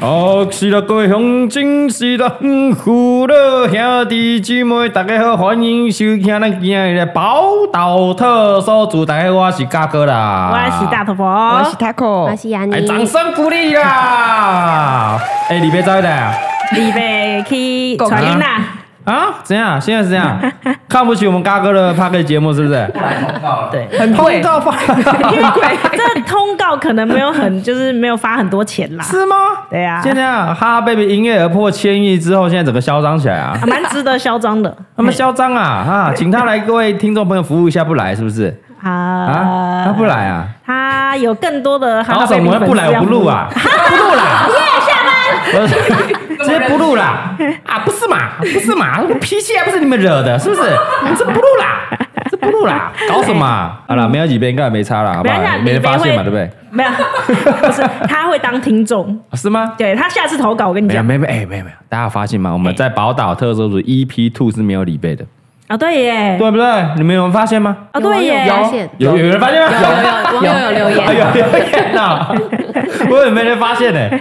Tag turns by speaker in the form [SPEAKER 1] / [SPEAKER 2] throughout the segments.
[SPEAKER 1] 好，哦是啦，各位乡亲，是啦，嗯父老兄弟姊妹，大家好，欢迎收听咱今日的宝岛特搜组。大家好，我是嘉哥啦，
[SPEAKER 2] 我是大头佛，
[SPEAKER 3] 我是 Taco，
[SPEAKER 4] 我是安妮
[SPEAKER 1] 哎，，掌声鼓励啦！哎，你别走的
[SPEAKER 2] 李贝去传 音啦。
[SPEAKER 1] 啊？怎样？现在是这样， 看不起我们嘉哥的 p a r k 节目是不是？
[SPEAKER 2] 对，
[SPEAKER 3] 很
[SPEAKER 1] 通
[SPEAKER 3] 贵，
[SPEAKER 1] 告发啊
[SPEAKER 2] 这通告可能没有很，就是没有发很多钱啦，
[SPEAKER 1] 是吗？
[SPEAKER 2] 对啊
[SPEAKER 1] 现在啊，哈哈 baby 营业额破千亿之后，现在整个嚣张起来啊！
[SPEAKER 2] 还蛮值得嚣张的。
[SPEAKER 1] 他们嚣张啊 啊！请他来，各位听众朋友服务一下，不来是不是？啊，他
[SPEAKER 2] 啊，
[SPEAKER 1] 不来啊？
[SPEAKER 2] 他有更多的
[SPEAKER 1] 然
[SPEAKER 2] 哈
[SPEAKER 1] 后什么不来我不录
[SPEAKER 2] 录
[SPEAKER 1] 啊？不录 啦！我 直接不录啦！啊，不是嘛，不是嘛，脾气还不是你们惹的，是不是？这不录啦，这不录啦，搞什么啊？好了，没有几杯应该也没差啦，好不
[SPEAKER 2] 嗯没
[SPEAKER 1] 好
[SPEAKER 2] 关系啊？
[SPEAKER 1] 没人发现嘛，对
[SPEAKER 2] 李
[SPEAKER 1] 不对？
[SPEAKER 2] 没有， 不是他会当听众，
[SPEAKER 1] 啊是吗？
[SPEAKER 2] 对他下次投稿我跟
[SPEAKER 1] 没
[SPEAKER 2] 你哎
[SPEAKER 1] 有，
[SPEAKER 2] 讲
[SPEAKER 1] 没有，没有，哎没有，没有，大家有发现吗？我们在宝岛特搜组 EP Two 是没有李贝的，
[SPEAKER 2] 啊，对耶，
[SPEAKER 1] 对不对？你们有发现吗？
[SPEAKER 2] 啊对耶，
[SPEAKER 4] 有发现
[SPEAKER 1] 有有人发现吗？
[SPEAKER 4] 有网友有留
[SPEAKER 1] 哎
[SPEAKER 4] 言，
[SPEAKER 1] 呦，有天哪！我也没人发现呢、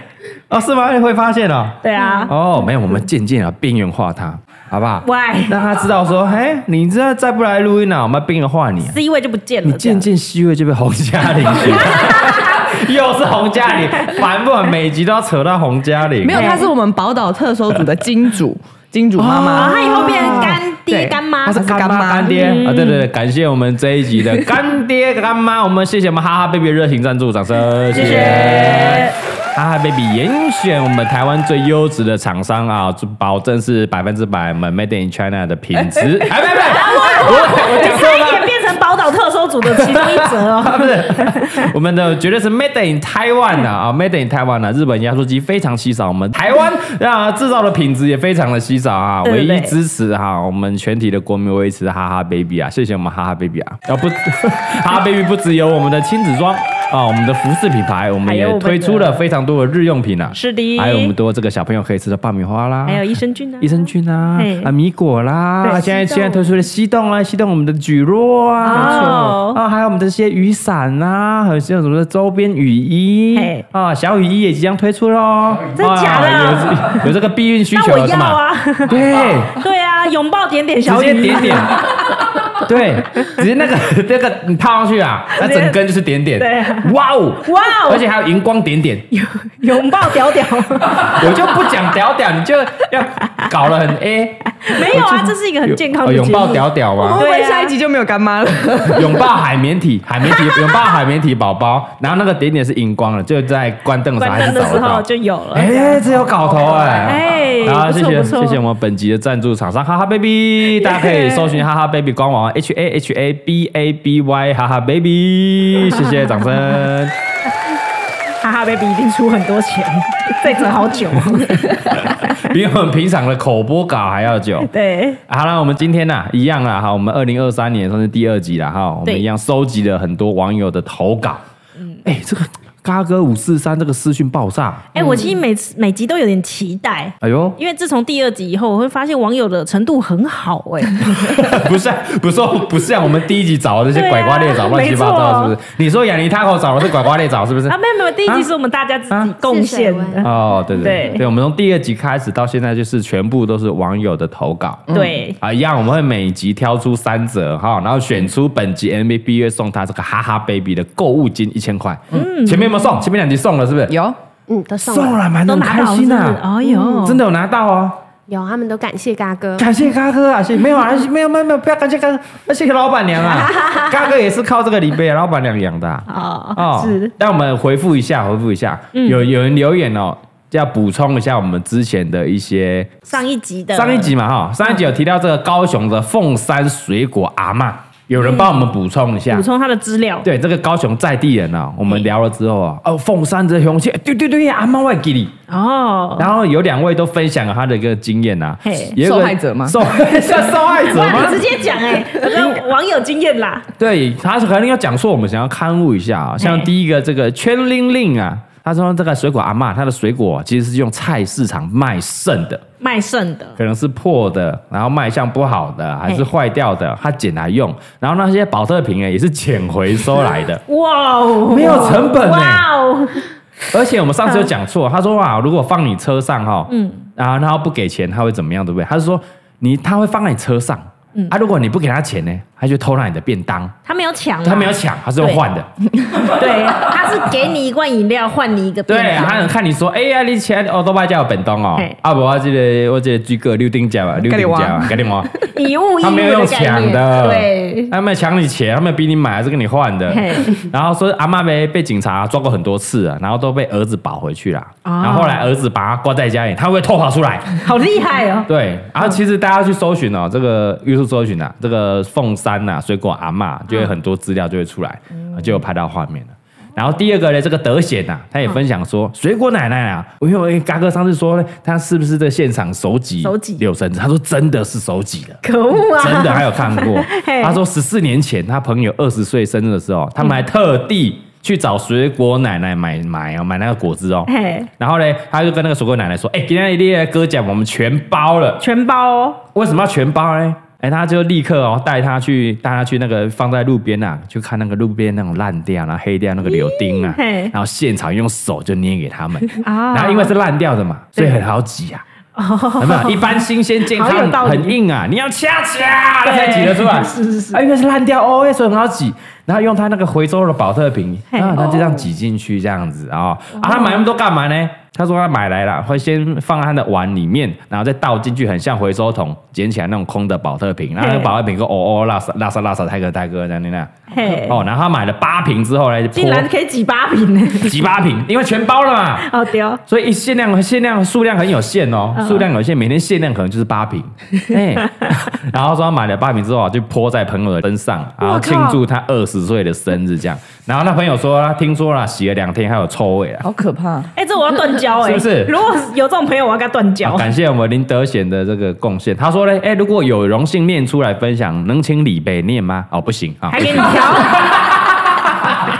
[SPEAKER 1] 哦，是吗？会发现哦。
[SPEAKER 2] 对啊，
[SPEAKER 1] 哦，没有，我们渐渐啊边缘化他，好不好？
[SPEAKER 2] 喂
[SPEAKER 1] 让他知道说，哎，你这再不来录音啊，我们边缘化你、啊。
[SPEAKER 2] ，C 位就不见
[SPEAKER 1] 你
[SPEAKER 2] 了，
[SPEAKER 1] 渐渐虚位就被洪嘉玲学，又是洪嘉玲，烦不烦？每集都要扯到洪嘉玲。
[SPEAKER 3] 没有，她是我们宝岛特搜组的金主，金主妈
[SPEAKER 2] 这样，啊，
[SPEAKER 3] 妈
[SPEAKER 2] 他，以后变成干爹
[SPEAKER 3] 对
[SPEAKER 2] 干妈
[SPEAKER 1] 他，是干妈干爹啊！对对对，感谢我们这一集的干爹干妈，我们谢谢我们哈哈 baby 的热情赞助，掌声谢
[SPEAKER 2] 谢。
[SPEAKER 1] 哈哈 baby 严选我们台湾最优质的厂商啊，保证是百分之百我们 Made in China 的品质。哎，没没，我我讲错
[SPEAKER 2] 差一
[SPEAKER 1] 了
[SPEAKER 2] 点。变成宝岛特搜组的其中一则
[SPEAKER 1] 啊，
[SPEAKER 2] 哦。
[SPEAKER 1] 不是，我们的绝对是 Made in Taiwan 呐啊，Made in Taiwan 呐、日本压缩机非常稀少，我们台湾啊制造的品质也非常的稀少啊，
[SPEAKER 2] 对
[SPEAKER 1] 唯
[SPEAKER 2] 对
[SPEAKER 1] 一支持哈、我们全体的国民维持哈哈 baby 啊，谢谢我们哈哈 baby 啊，啊不，哈哈 baby 不只有我们的亲子装啊，我们的服饰品牌，我们
[SPEAKER 2] 还
[SPEAKER 1] 也
[SPEAKER 2] 有我们的
[SPEAKER 1] 推出了非常多的日用品啊，
[SPEAKER 2] 是的
[SPEAKER 1] 还有我们多这个小朋友可以吃的爆米花啦，
[SPEAKER 2] 还有益生菌呢、
[SPEAKER 1] 啊益生菌啊
[SPEAKER 2] 嘿，
[SPEAKER 1] 啊米果啦，
[SPEAKER 2] 对
[SPEAKER 1] 啊现在
[SPEAKER 2] 西
[SPEAKER 1] 现在
[SPEAKER 2] 冻
[SPEAKER 1] 推出了西冻啊，西冻我们的蒟蒻啊，
[SPEAKER 2] 哦
[SPEAKER 1] 啊还有我们的这些雨伞啊，还有像什么的周边雨衣
[SPEAKER 2] 嘿
[SPEAKER 1] 啊，小雨衣也即将推出喽，
[SPEAKER 2] 真
[SPEAKER 1] 啊
[SPEAKER 2] 假的
[SPEAKER 1] 有这有这个避孕需
[SPEAKER 2] 那
[SPEAKER 1] 求
[SPEAKER 2] 我
[SPEAKER 1] 了是
[SPEAKER 2] 要
[SPEAKER 1] 吗？
[SPEAKER 2] 啊，
[SPEAKER 1] 对，
[SPEAKER 2] 对啊，拥抱点点
[SPEAKER 1] 直
[SPEAKER 2] 小
[SPEAKER 1] 接
[SPEAKER 2] 雨，
[SPEAKER 1] 点点。对，直接那 个那个你泡上去啊，那整根就是点点，
[SPEAKER 2] 对啊
[SPEAKER 1] 哇哦，
[SPEAKER 2] 哇哦
[SPEAKER 1] 而且还有荧光点点，
[SPEAKER 2] 拥抱 屌屌，
[SPEAKER 1] 我就不讲屌屌，你就要搞了很 A，
[SPEAKER 2] 没有啊，这是一个很健康的
[SPEAKER 1] 哦拥
[SPEAKER 2] 节
[SPEAKER 1] 抱
[SPEAKER 2] 目。
[SPEAKER 1] 屌屌
[SPEAKER 3] 我
[SPEAKER 1] 吗
[SPEAKER 3] 们？会不会下一集就没有干妈了？
[SPEAKER 1] 拥抱海绵体，海绵体，拥抱海绵体宝宝，然后那个点点是荧光的，就在关灯的时候
[SPEAKER 2] 关
[SPEAKER 1] 还
[SPEAKER 2] 灯
[SPEAKER 1] 是
[SPEAKER 2] 的
[SPEAKER 1] 找
[SPEAKER 2] 时
[SPEAKER 1] 得
[SPEAKER 2] 候
[SPEAKER 1] 到。
[SPEAKER 2] 就有了。
[SPEAKER 1] 哎，这有搞头哎！
[SPEAKER 2] 哎
[SPEAKER 1] 好，
[SPEAKER 2] 不
[SPEAKER 1] 谢
[SPEAKER 2] 错
[SPEAKER 1] 谢
[SPEAKER 2] 不错
[SPEAKER 1] 谢谢我们本集的赞助厂商哈哈 baby，大家可以搜寻哈哈 baby 官网 h a h a b a b y 哈哈 baby，谢谢掌 声。
[SPEAKER 2] 哈哈 baby 一定出很多钱， 这折好 久。
[SPEAKER 1] 比我们平常的口播稿还要久。
[SPEAKER 2] 对，
[SPEAKER 1] 好了，我们今天呢、一样啦，哈，我们二零二三年算是第二集了哈，我们
[SPEAKER 2] 对嗯
[SPEAKER 1] 一样收集了很多网友的投稿。哎、这个嘎哥五四三这个私讯爆炸，
[SPEAKER 2] 哎、我其实每次每集都有点期待。
[SPEAKER 1] 哎 呦，
[SPEAKER 2] 因为自从第二集以后，我会发现网友的程度很好 哎、
[SPEAKER 1] 不是不是不是啊像我们第一集找的那些
[SPEAKER 2] 对啊
[SPEAKER 1] 拐瓜裂枣乱七八糟，是不
[SPEAKER 2] 没
[SPEAKER 1] 是？你说养尼塔口找的是拐瓜裂枣，是不是？
[SPEAKER 2] 啊，没有没有，第一集是我们大家自己贡献
[SPEAKER 4] 啊是
[SPEAKER 2] 的，
[SPEAKER 4] 谁
[SPEAKER 1] 哦，对对
[SPEAKER 2] 对
[SPEAKER 1] 对，我们从第二集开始到现在，就是全部都是网友的投稿。
[SPEAKER 2] 嗯对，
[SPEAKER 1] 啊，一样，我们会每集挑出三折哈，然后选出本集 MVP，会送他这个哈哈 baby 的购物金一千块。嗯，前面有没有送？前面两集送了是不是？
[SPEAKER 3] 有，
[SPEAKER 4] 嗯，都送
[SPEAKER 1] 送
[SPEAKER 4] 了，
[SPEAKER 1] 了，蛮
[SPEAKER 2] 都
[SPEAKER 1] 很
[SPEAKER 2] 拿
[SPEAKER 1] 开
[SPEAKER 2] 到
[SPEAKER 1] 心
[SPEAKER 2] 是不是
[SPEAKER 1] 啊！
[SPEAKER 2] 哎呦，
[SPEAKER 1] 真的有拿到哦，
[SPEAKER 4] 有他们都感谢嘎哥，
[SPEAKER 1] 感谢嘎哥啊，谢没有啊，没有没有没有，不要感谢嘎哥，那谢谢老板娘 啊，嘎哥也是靠这个李贝老板娘养的啊
[SPEAKER 2] 哦
[SPEAKER 1] 哦
[SPEAKER 2] 是。
[SPEAKER 1] 但我们回复一下，回复一下，有有人留言哦，要补充一下我们之前的一些
[SPEAKER 2] 上一集的
[SPEAKER 1] 上一集嘛哈，上一集有提到这个高雄的凤山水果阿嬷，有人帮我们补充一下
[SPEAKER 2] 嗯补。充他的资料。
[SPEAKER 1] 对这个高雄在地人啊，我们聊了之后啊，哦，凤山这雄县，对对对呀，阿妈外给你。
[SPEAKER 2] 哦，
[SPEAKER 1] 然后有两位都分享了他的一个经验呐、啊
[SPEAKER 2] 嘿，
[SPEAKER 1] 也有个
[SPEAKER 3] 受害者吗
[SPEAKER 1] 受 像受害者
[SPEAKER 2] 哇，
[SPEAKER 1] 吗
[SPEAKER 2] 你？直接讲哎，我说网友经验啦，
[SPEAKER 1] 对，他是可能要讲说我们想要刊物一下啊，像
[SPEAKER 2] 嘿
[SPEAKER 1] 第一个这个圈玲玲啊，他说这个水果阿妈，她的水果其实是用菜市场卖剩的，
[SPEAKER 2] 卖肾的，
[SPEAKER 1] 可能是破的，然后卖相不好的，还是
[SPEAKER 2] 嘿。
[SPEAKER 1] 坏掉的，她捡来用，然后那些保特瓶啊也是捡回收来的
[SPEAKER 2] 哇哦，
[SPEAKER 1] 没有成本欸呢
[SPEAKER 2] 哇哦，
[SPEAKER 1] 而且我们上次有讲错，他说啊，如果放你车上哈，嗯
[SPEAKER 2] 嗯，
[SPEAKER 1] 然后然后不给钱，他会怎么样，对不对？他是说你他会放在你车上，嗯，啊，如果你不给他钱呢，他就偷拿你的便当，
[SPEAKER 2] 他没有抢啊，
[SPEAKER 1] 他没有抢，他是用换的，
[SPEAKER 2] 对，他是给你一罐饮料换你一个
[SPEAKER 1] 对，
[SPEAKER 2] 便当
[SPEAKER 1] 他能看你说，哎呀，你钱哦，都卖叫本当哦
[SPEAKER 2] 啊嘿，哦
[SPEAKER 1] 啊不，我这个我这个几个六丁夹吧，六丁啊夹吧，给你我，
[SPEAKER 2] 以物易
[SPEAKER 1] 他
[SPEAKER 2] 物
[SPEAKER 1] 没有用
[SPEAKER 2] 的概
[SPEAKER 1] 抢
[SPEAKER 2] 念，
[SPEAKER 1] 的，
[SPEAKER 2] 对，
[SPEAKER 1] 他没有抢你钱，他没有逼你买，还是跟你换的
[SPEAKER 2] 嘿。
[SPEAKER 1] 然后说阿妈被被警察抓过很多次啊，然后都被儿子保回去了。
[SPEAKER 2] 哦
[SPEAKER 1] 然后后来儿子把他关在家里，他会偷跑出来。
[SPEAKER 2] 好厉害哦，
[SPEAKER 1] 对，然后其实大家去搜寻哦，这个 YouTube 搜寻啊，这个凤山呐、水果阿妈，就会很多资料就会出来，就有拍到画面了。啊然后第二个呢，这个德显呐、他也分享说，水果奶奶啊，因为我跟嘎哥上次说呢，他是不是在现场手挤
[SPEAKER 2] 手挤
[SPEAKER 1] 柳橙子？他说真的是手挤的。
[SPEAKER 2] 可恶 啊，
[SPEAKER 1] 真的还有看过
[SPEAKER 2] 嘿。
[SPEAKER 1] 他说十四年前他朋友二十岁生日的时候，他们还特地去找水果奶奶买买哦，买那个果汁哦。
[SPEAKER 2] 嘿，
[SPEAKER 1] 然后呢，他就跟那个水果奶奶说：“哎、今天一列哥奖我们全包了，
[SPEAKER 2] 全包哦，
[SPEAKER 1] 为什么要全包呢？”哎、他就立刻哦带他去带他去那个放在路边啊，去看那个路边那种烂掉然后黑掉那个柳丁啊
[SPEAKER 2] 咦嘿，
[SPEAKER 1] 然后现场用手就捏给他们。
[SPEAKER 2] 啊哦
[SPEAKER 1] 然后因为是烂掉的嘛，所以很好挤啊。有没有？一般新鲜健
[SPEAKER 2] 好有
[SPEAKER 1] 康
[SPEAKER 2] 道理
[SPEAKER 1] 很硬啊，你要掐掐
[SPEAKER 2] 对
[SPEAKER 1] 才挤得出来。
[SPEAKER 2] 是是是
[SPEAKER 1] 啊，因为是烂掉哦，所以很好挤。然后用它那个回收的保特瓶，
[SPEAKER 2] 嘿哦
[SPEAKER 1] 啊，它就这样挤进去这样子啊。啊，他买那么多干嘛呢？他说他买来了，会先放在他的碗里面，然后再倒进去，很像回收桶捡起来那种空的保特瓶，然后那个
[SPEAKER 2] 嘿
[SPEAKER 1] 保特瓶就哦哦，拉撒拉撒拉撒，泰哥泰哥这样那样。
[SPEAKER 2] 嘿，
[SPEAKER 1] 哦，然后他买了八瓶之后呢，就
[SPEAKER 2] 竟然
[SPEAKER 1] 泼
[SPEAKER 2] 可以挤八瓶呢，
[SPEAKER 1] 几八瓶，因为全包了嘛。
[SPEAKER 2] 好屌，
[SPEAKER 1] 所以限量限量数量很有限哦，
[SPEAKER 2] 嗯
[SPEAKER 1] 数量有限，每天限量可能就是八 瓶。哎， 然后说他买了八瓶之后啊，就泼在朋友的身上，然后
[SPEAKER 2] 我靠
[SPEAKER 1] 庆祝他二十岁的生日这样。然后那朋友说啊，听说啦，洗了两天还有臭味啊。
[SPEAKER 3] 好可怕。
[SPEAKER 2] 哎，这我要断交哎，
[SPEAKER 1] 是不是
[SPEAKER 2] 如果有这种朋友，我要跟他断交欸
[SPEAKER 1] 啊好，感谢我们林德贤的这个贡献。他说呢，哎，如果有荣幸念出来分享，能请李北念吗？哦，不行啊，
[SPEAKER 2] 还给你挑，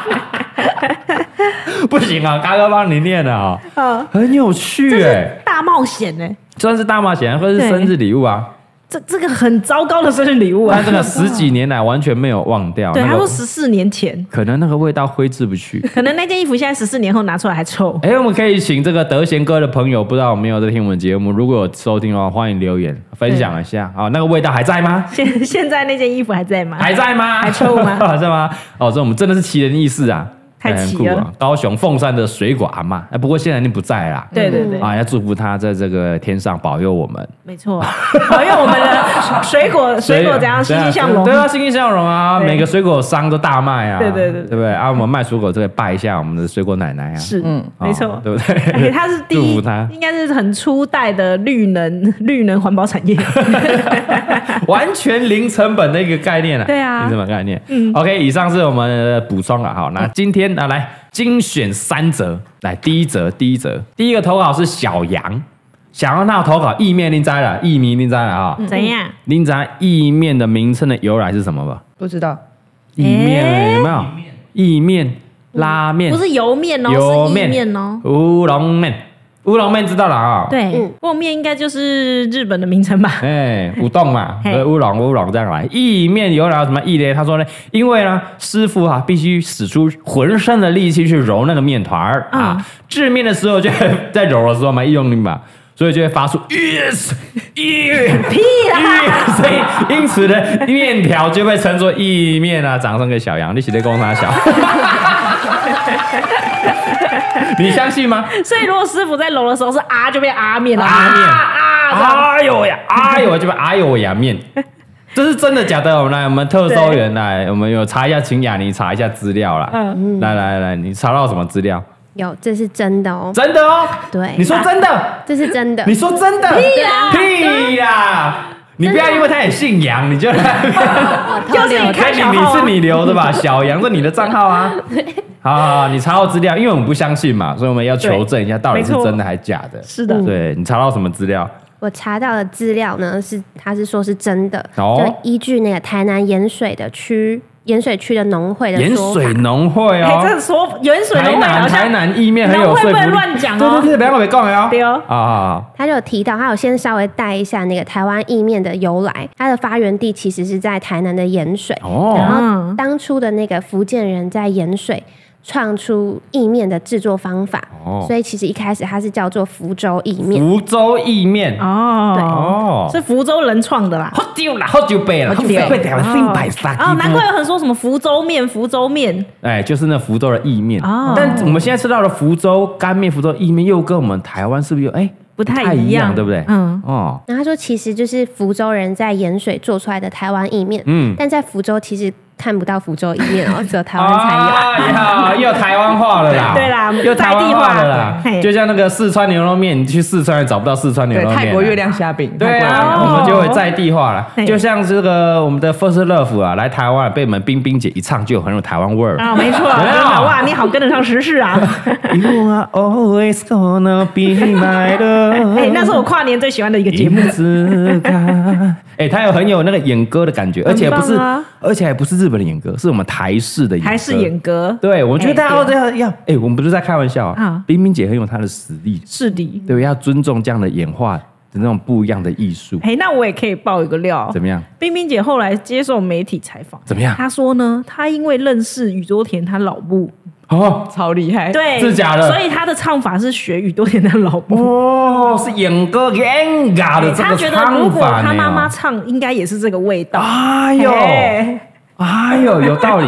[SPEAKER 1] 不行啊，嘎哥帮你念了啊，
[SPEAKER 2] 嗯
[SPEAKER 1] 很有趣哎、
[SPEAKER 2] 大冒险呢，
[SPEAKER 1] 算是大冒险，或者是
[SPEAKER 2] 对
[SPEAKER 1] 生日礼物啊。
[SPEAKER 2] 这这个很糟糕的生日礼物啊
[SPEAKER 1] 但，这个十几年来完全没有忘掉。
[SPEAKER 2] 对，
[SPEAKER 1] 那
[SPEAKER 2] 他
[SPEAKER 1] 个
[SPEAKER 2] 说十四年前，
[SPEAKER 1] 可能那个味道挥之不去。
[SPEAKER 2] 可能那件衣服现在十四年后拿出来还臭，
[SPEAKER 1] 哎、我们可以请这个德贤哥的朋友，不知道有没有在听我们节目？如果有收听的话，欢迎留言分享一下啊、那个味道还在吗？
[SPEAKER 2] 现现在那件衣嗯服还在吗？
[SPEAKER 1] 还在吗？
[SPEAKER 2] 还臭吗
[SPEAKER 1] 还在吗？ 哦，这我们真的是奇人异事啊，
[SPEAKER 2] 太
[SPEAKER 1] 很
[SPEAKER 2] 奇
[SPEAKER 1] 酷啊
[SPEAKER 2] 了！
[SPEAKER 1] 高雄凤山的水果阿妈，哎，不过现在已经不在啦。
[SPEAKER 2] 对对对，
[SPEAKER 1] 啊，要祝福她在这个天上保佑我们。
[SPEAKER 2] 没错，好，因为我们的 水果水果怎样欣欣向荣
[SPEAKER 1] 对，啊，欣欣向荣啊，
[SPEAKER 2] 对
[SPEAKER 1] 每个水果商都大卖啊，
[SPEAKER 2] 对对对对
[SPEAKER 1] 对不对？啊，我们卖水果这个拜一下我们的水果奶奶啊，
[SPEAKER 2] 是，
[SPEAKER 3] 嗯
[SPEAKER 1] 哦
[SPEAKER 2] 没错。
[SPEAKER 1] 对不
[SPEAKER 2] 而 且
[SPEAKER 1] 对？
[SPEAKER 2] 它是第
[SPEAKER 1] 祝
[SPEAKER 2] 一
[SPEAKER 1] 福她，
[SPEAKER 2] 应该是很初代的绿能绿能环保产 业。
[SPEAKER 1] 完全零成本的一个概念啊，
[SPEAKER 2] 对啊
[SPEAKER 1] 零成本概念。嗯，OK，以上是我们的补充了。好，那今天啊，来精选三则，来第一则，第一则，第一个投稿是小杨，想要那投稿意面拎摘了，意面拎摘了啊，
[SPEAKER 2] 怎样？
[SPEAKER 1] 拎摘意面的名称的由来是什么吧？
[SPEAKER 3] 不知道，
[SPEAKER 1] 意面有没有？意面、拉面
[SPEAKER 2] 不是油面
[SPEAKER 1] 油
[SPEAKER 2] 哦，是意
[SPEAKER 1] 面、
[SPEAKER 2] 面哦。
[SPEAKER 1] 乌龙面、乌龙面知道了啊、
[SPEAKER 2] 对
[SPEAKER 4] 嗯，
[SPEAKER 2] 泡面应该就是日本的名 称吧？
[SPEAKER 1] 哎，舞动嘛，
[SPEAKER 2] 嘿
[SPEAKER 1] 呃乌龙乌龙这样来，意面有哪什么意呢？他说呢，因为呢，师傅啊必须使出浑身的力气去揉那个面团儿、
[SPEAKER 2] 嗯
[SPEAKER 1] 啊，制面的时候就会在揉的时候嘛，一用力嘛，所以就会发出 yes yes
[SPEAKER 2] 屁啦！
[SPEAKER 1] 所以因此呢，面条就被称作意面啊。掌声给小杨，你写的功他小，你相信吗？
[SPEAKER 2] 所以如果师傅在揉的时候是啊，就变啊面了。
[SPEAKER 1] 啊面
[SPEAKER 2] 啊啊！
[SPEAKER 1] 哎 呦呀，哎呦，就把哎呦呀面，这是真的假的？我们来，我们特搜员来，我们有查一下，请雅妮查一下资料啦。
[SPEAKER 2] 嗯
[SPEAKER 1] 来来来，你查到什么资料？
[SPEAKER 4] 有，这是真的哦，
[SPEAKER 1] 真的哦，
[SPEAKER 4] 对
[SPEAKER 1] 你说真的，
[SPEAKER 4] 这是真的
[SPEAKER 1] 你。说真的，
[SPEAKER 2] 屁啦
[SPEAKER 1] 屁啦！你不要因为他也姓杨，你就
[SPEAKER 2] 又是你
[SPEAKER 1] 开
[SPEAKER 2] 开
[SPEAKER 1] 你
[SPEAKER 2] 小
[SPEAKER 1] 你
[SPEAKER 2] 号
[SPEAKER 1] 是
[SPEAKER 2] 啊，
[SPEAKER 1] 你留 的吧？小杨是你的账号啊。好好好，你查到资料，因为我们不相信嘛，所以我们要求证一下到底是
[SPEAKER 2] 没错
[SPEAKER 1] 真的还假的。
[SPEAKER 2] 是的，
[SPEAKER 1] 对你查到什么资料？
[SPEAKER 4] 嗯我查到的资料呢，是他是说是真的，
[SPEAKER 1] 哦
[SPEAKER 4] 就依据那个台南盐水的区盐水区的农会的
[SPEAKER 1] 盐
[SPEAKER 4] 说法
[SPEAKER 1] 水农会
[SPEAKER 2] 哎，这
[SPEAKER 1] 哦，
[SPEAKER 2] 个说盐水
[SPEAKER 1] 台
[SPEAKER 2] 龙脉好
[SPEAKER 1] 南台
[SPEAKER 2] 像
[SPEAKER 1] 南意面很有
[SPEAKER 2] 农会
[SPEAKER 1] 说
[SPEAKER 2] 不
[SPEAKER 1] 服
[SPEAKER 2] 会
[SPEAKER 1] 力。
[SPEAKER 2] 乱讲
[SPEAKER 1] 对
[SPEAKER 2] 哦
[SPEAKER 1] 对对，不要跟我讲哦。
[SPEAKER 2] 对哦
[SPEAKER 1] 啊啊，
[SPEAKER 4] 他就有提到，他有先稍微带一下那个台湾意面的由来，它的发源地其实是在台南的盐水，
[SPEAKER 1] 啊哦
[SPEAKER 4] 然后
[SPEAKER 2] 嗯
[SPEAKER 4] 当初的那个福建人在盐水创出意面的制作方法，
[SPEAKER 1] 哦
[SPEAKER 4] 所以其实一开始它是叫做福州意面。
[SPEAKER 1] 福州意面
[SPEAKER 2] 哦，
[SPEAKER 1] 哦，
[SPEAKER 2] 是福州人创的啦。
[SPEAKER 1] 好久啦，好久背了，
[SPEAKER 2] 好久了
[SPEAKER 1] 快点，新百三
[SPEAKER 2] 哦，难怪有人说什么福州面、福州面
[SPEAKER 1] 哎，就是那福州的意面。
[SPEAKER 2] 哦
[SPEAKER 1] 但我们现在吃到的福州干面、福州意面，又跟我们台湾是不是有哎
[SPEAKER 2] 不太
[SPEAKER 1] 一
[SPEAKER 2] 一样
[SPEAKER 1] 对不对？
[SPEAKER 2] 嗯，
[SPEAKER 1] 哦，
[SPEAKER 4] 然后他说，其实就是福州人在盐水做出来的台湾意面，
[SPEAKER 1] 嗯
[SPEAKER 4] 但在福州其实看不到福州意面哦，只有台湾才有。
[SPEAKER 1] 啊，又台湾话了啦，
[SPEAKER 2] 对啦
[SPEAKER 1] 又台湾话了啦
[SPEAKER 2] 在地，化
[SPEAKER 1] 就像那个四川牛肉面，你去四川也找不到四川牛
[SPEAKER 3] 对
[SPEAKER 1] 肉面啊，
[SPEAKER 3] 泰国月亮虾饼，
[SPEAKER 1] 对
[SPEAKER 3] 泰国月
[SPEAKER 1] 啊，
[SPEAKER 3] 亮
[SPEAKER 1] 我
[SPEAKER 2] 哦
[SPEAKER 1] 们就会在地化了。
[SPEAKER 2] 嘿
[SPEAKER 1] 就像这个我们的 First Love 啊，来台湾被我们冰冰姐一唱就有很有台湾味儿。
[SPEAKER 2] 啊，没错，
[SPEAKER 1] 有没有
[SPEAKER 2] 真的哇，你好跟得上时事啊！
[SPEAKER 1] You are always gonna be my love
[SPEAKER 2] 哎，那是我跨年最喜欢的一个节目。
[SPEAKER 1] 之感。哎，他有很有那个演歌的感觉，而且不是
[SPEAKER 2] 很棒啊，
[SPEAKER 1] 而且还不是日本的演歌，是我们台式的演歌。
[SPEAKER 2] 还是演歌，
[SPEAKER 1] 对，我觉得
[SPEAKER 2] 哎
[SPEAKER 1] 大家都
[SPEAKER 2] 对
[SPEAKER 1] 要要，哎，我们不是在开玩笑啊
[SPEAKER 2] 啊。
[SPEAKER 1] 冰冰姐很有她的实力，
[SPEAKER 2] 是的。
[SPEAKER 1] 对，要尊重这样的演化的那种不一样的艺术，
[SPEAKER 2] 哎，那我也可以爆一个料，
[SPEAKER 1] 怎么样？
[SPEAKER 2] 冰冰姐后来接受媒体采访，
[SPEAKER 1] 怎么样
[SPEAKER 2] 她说呢，她因为认识宇多田她老母，
[SPEAKER 1] 哦
[SPEAKER 3] 超厉害，
[SPEAKER 2] 对，啊
[SPEAKER 1] 是假的
[SPEAKER 2] 所以她的唱法是学宇多田的老母。哎
[SPEAKER 1] 哦，是演歌 g a n g a 的这
[SPEAKER 2] 她
[SPEAKER 1] 个
[SPEAKER 2] 觉得如
[SPEAKER 1] 唱
[SPEAKER 2] 果
[SPEAKER 1] 法
[SPEAKER 2] 她妈妈
[SPEAKER 1] 呢。
[SPEAKER 2] 唱，应该也是这个味道。
[SPEAKER 1] 哎呦，
[SPEAKER 2] 哎
[SPEAKER 1] 哎呦，有道 理，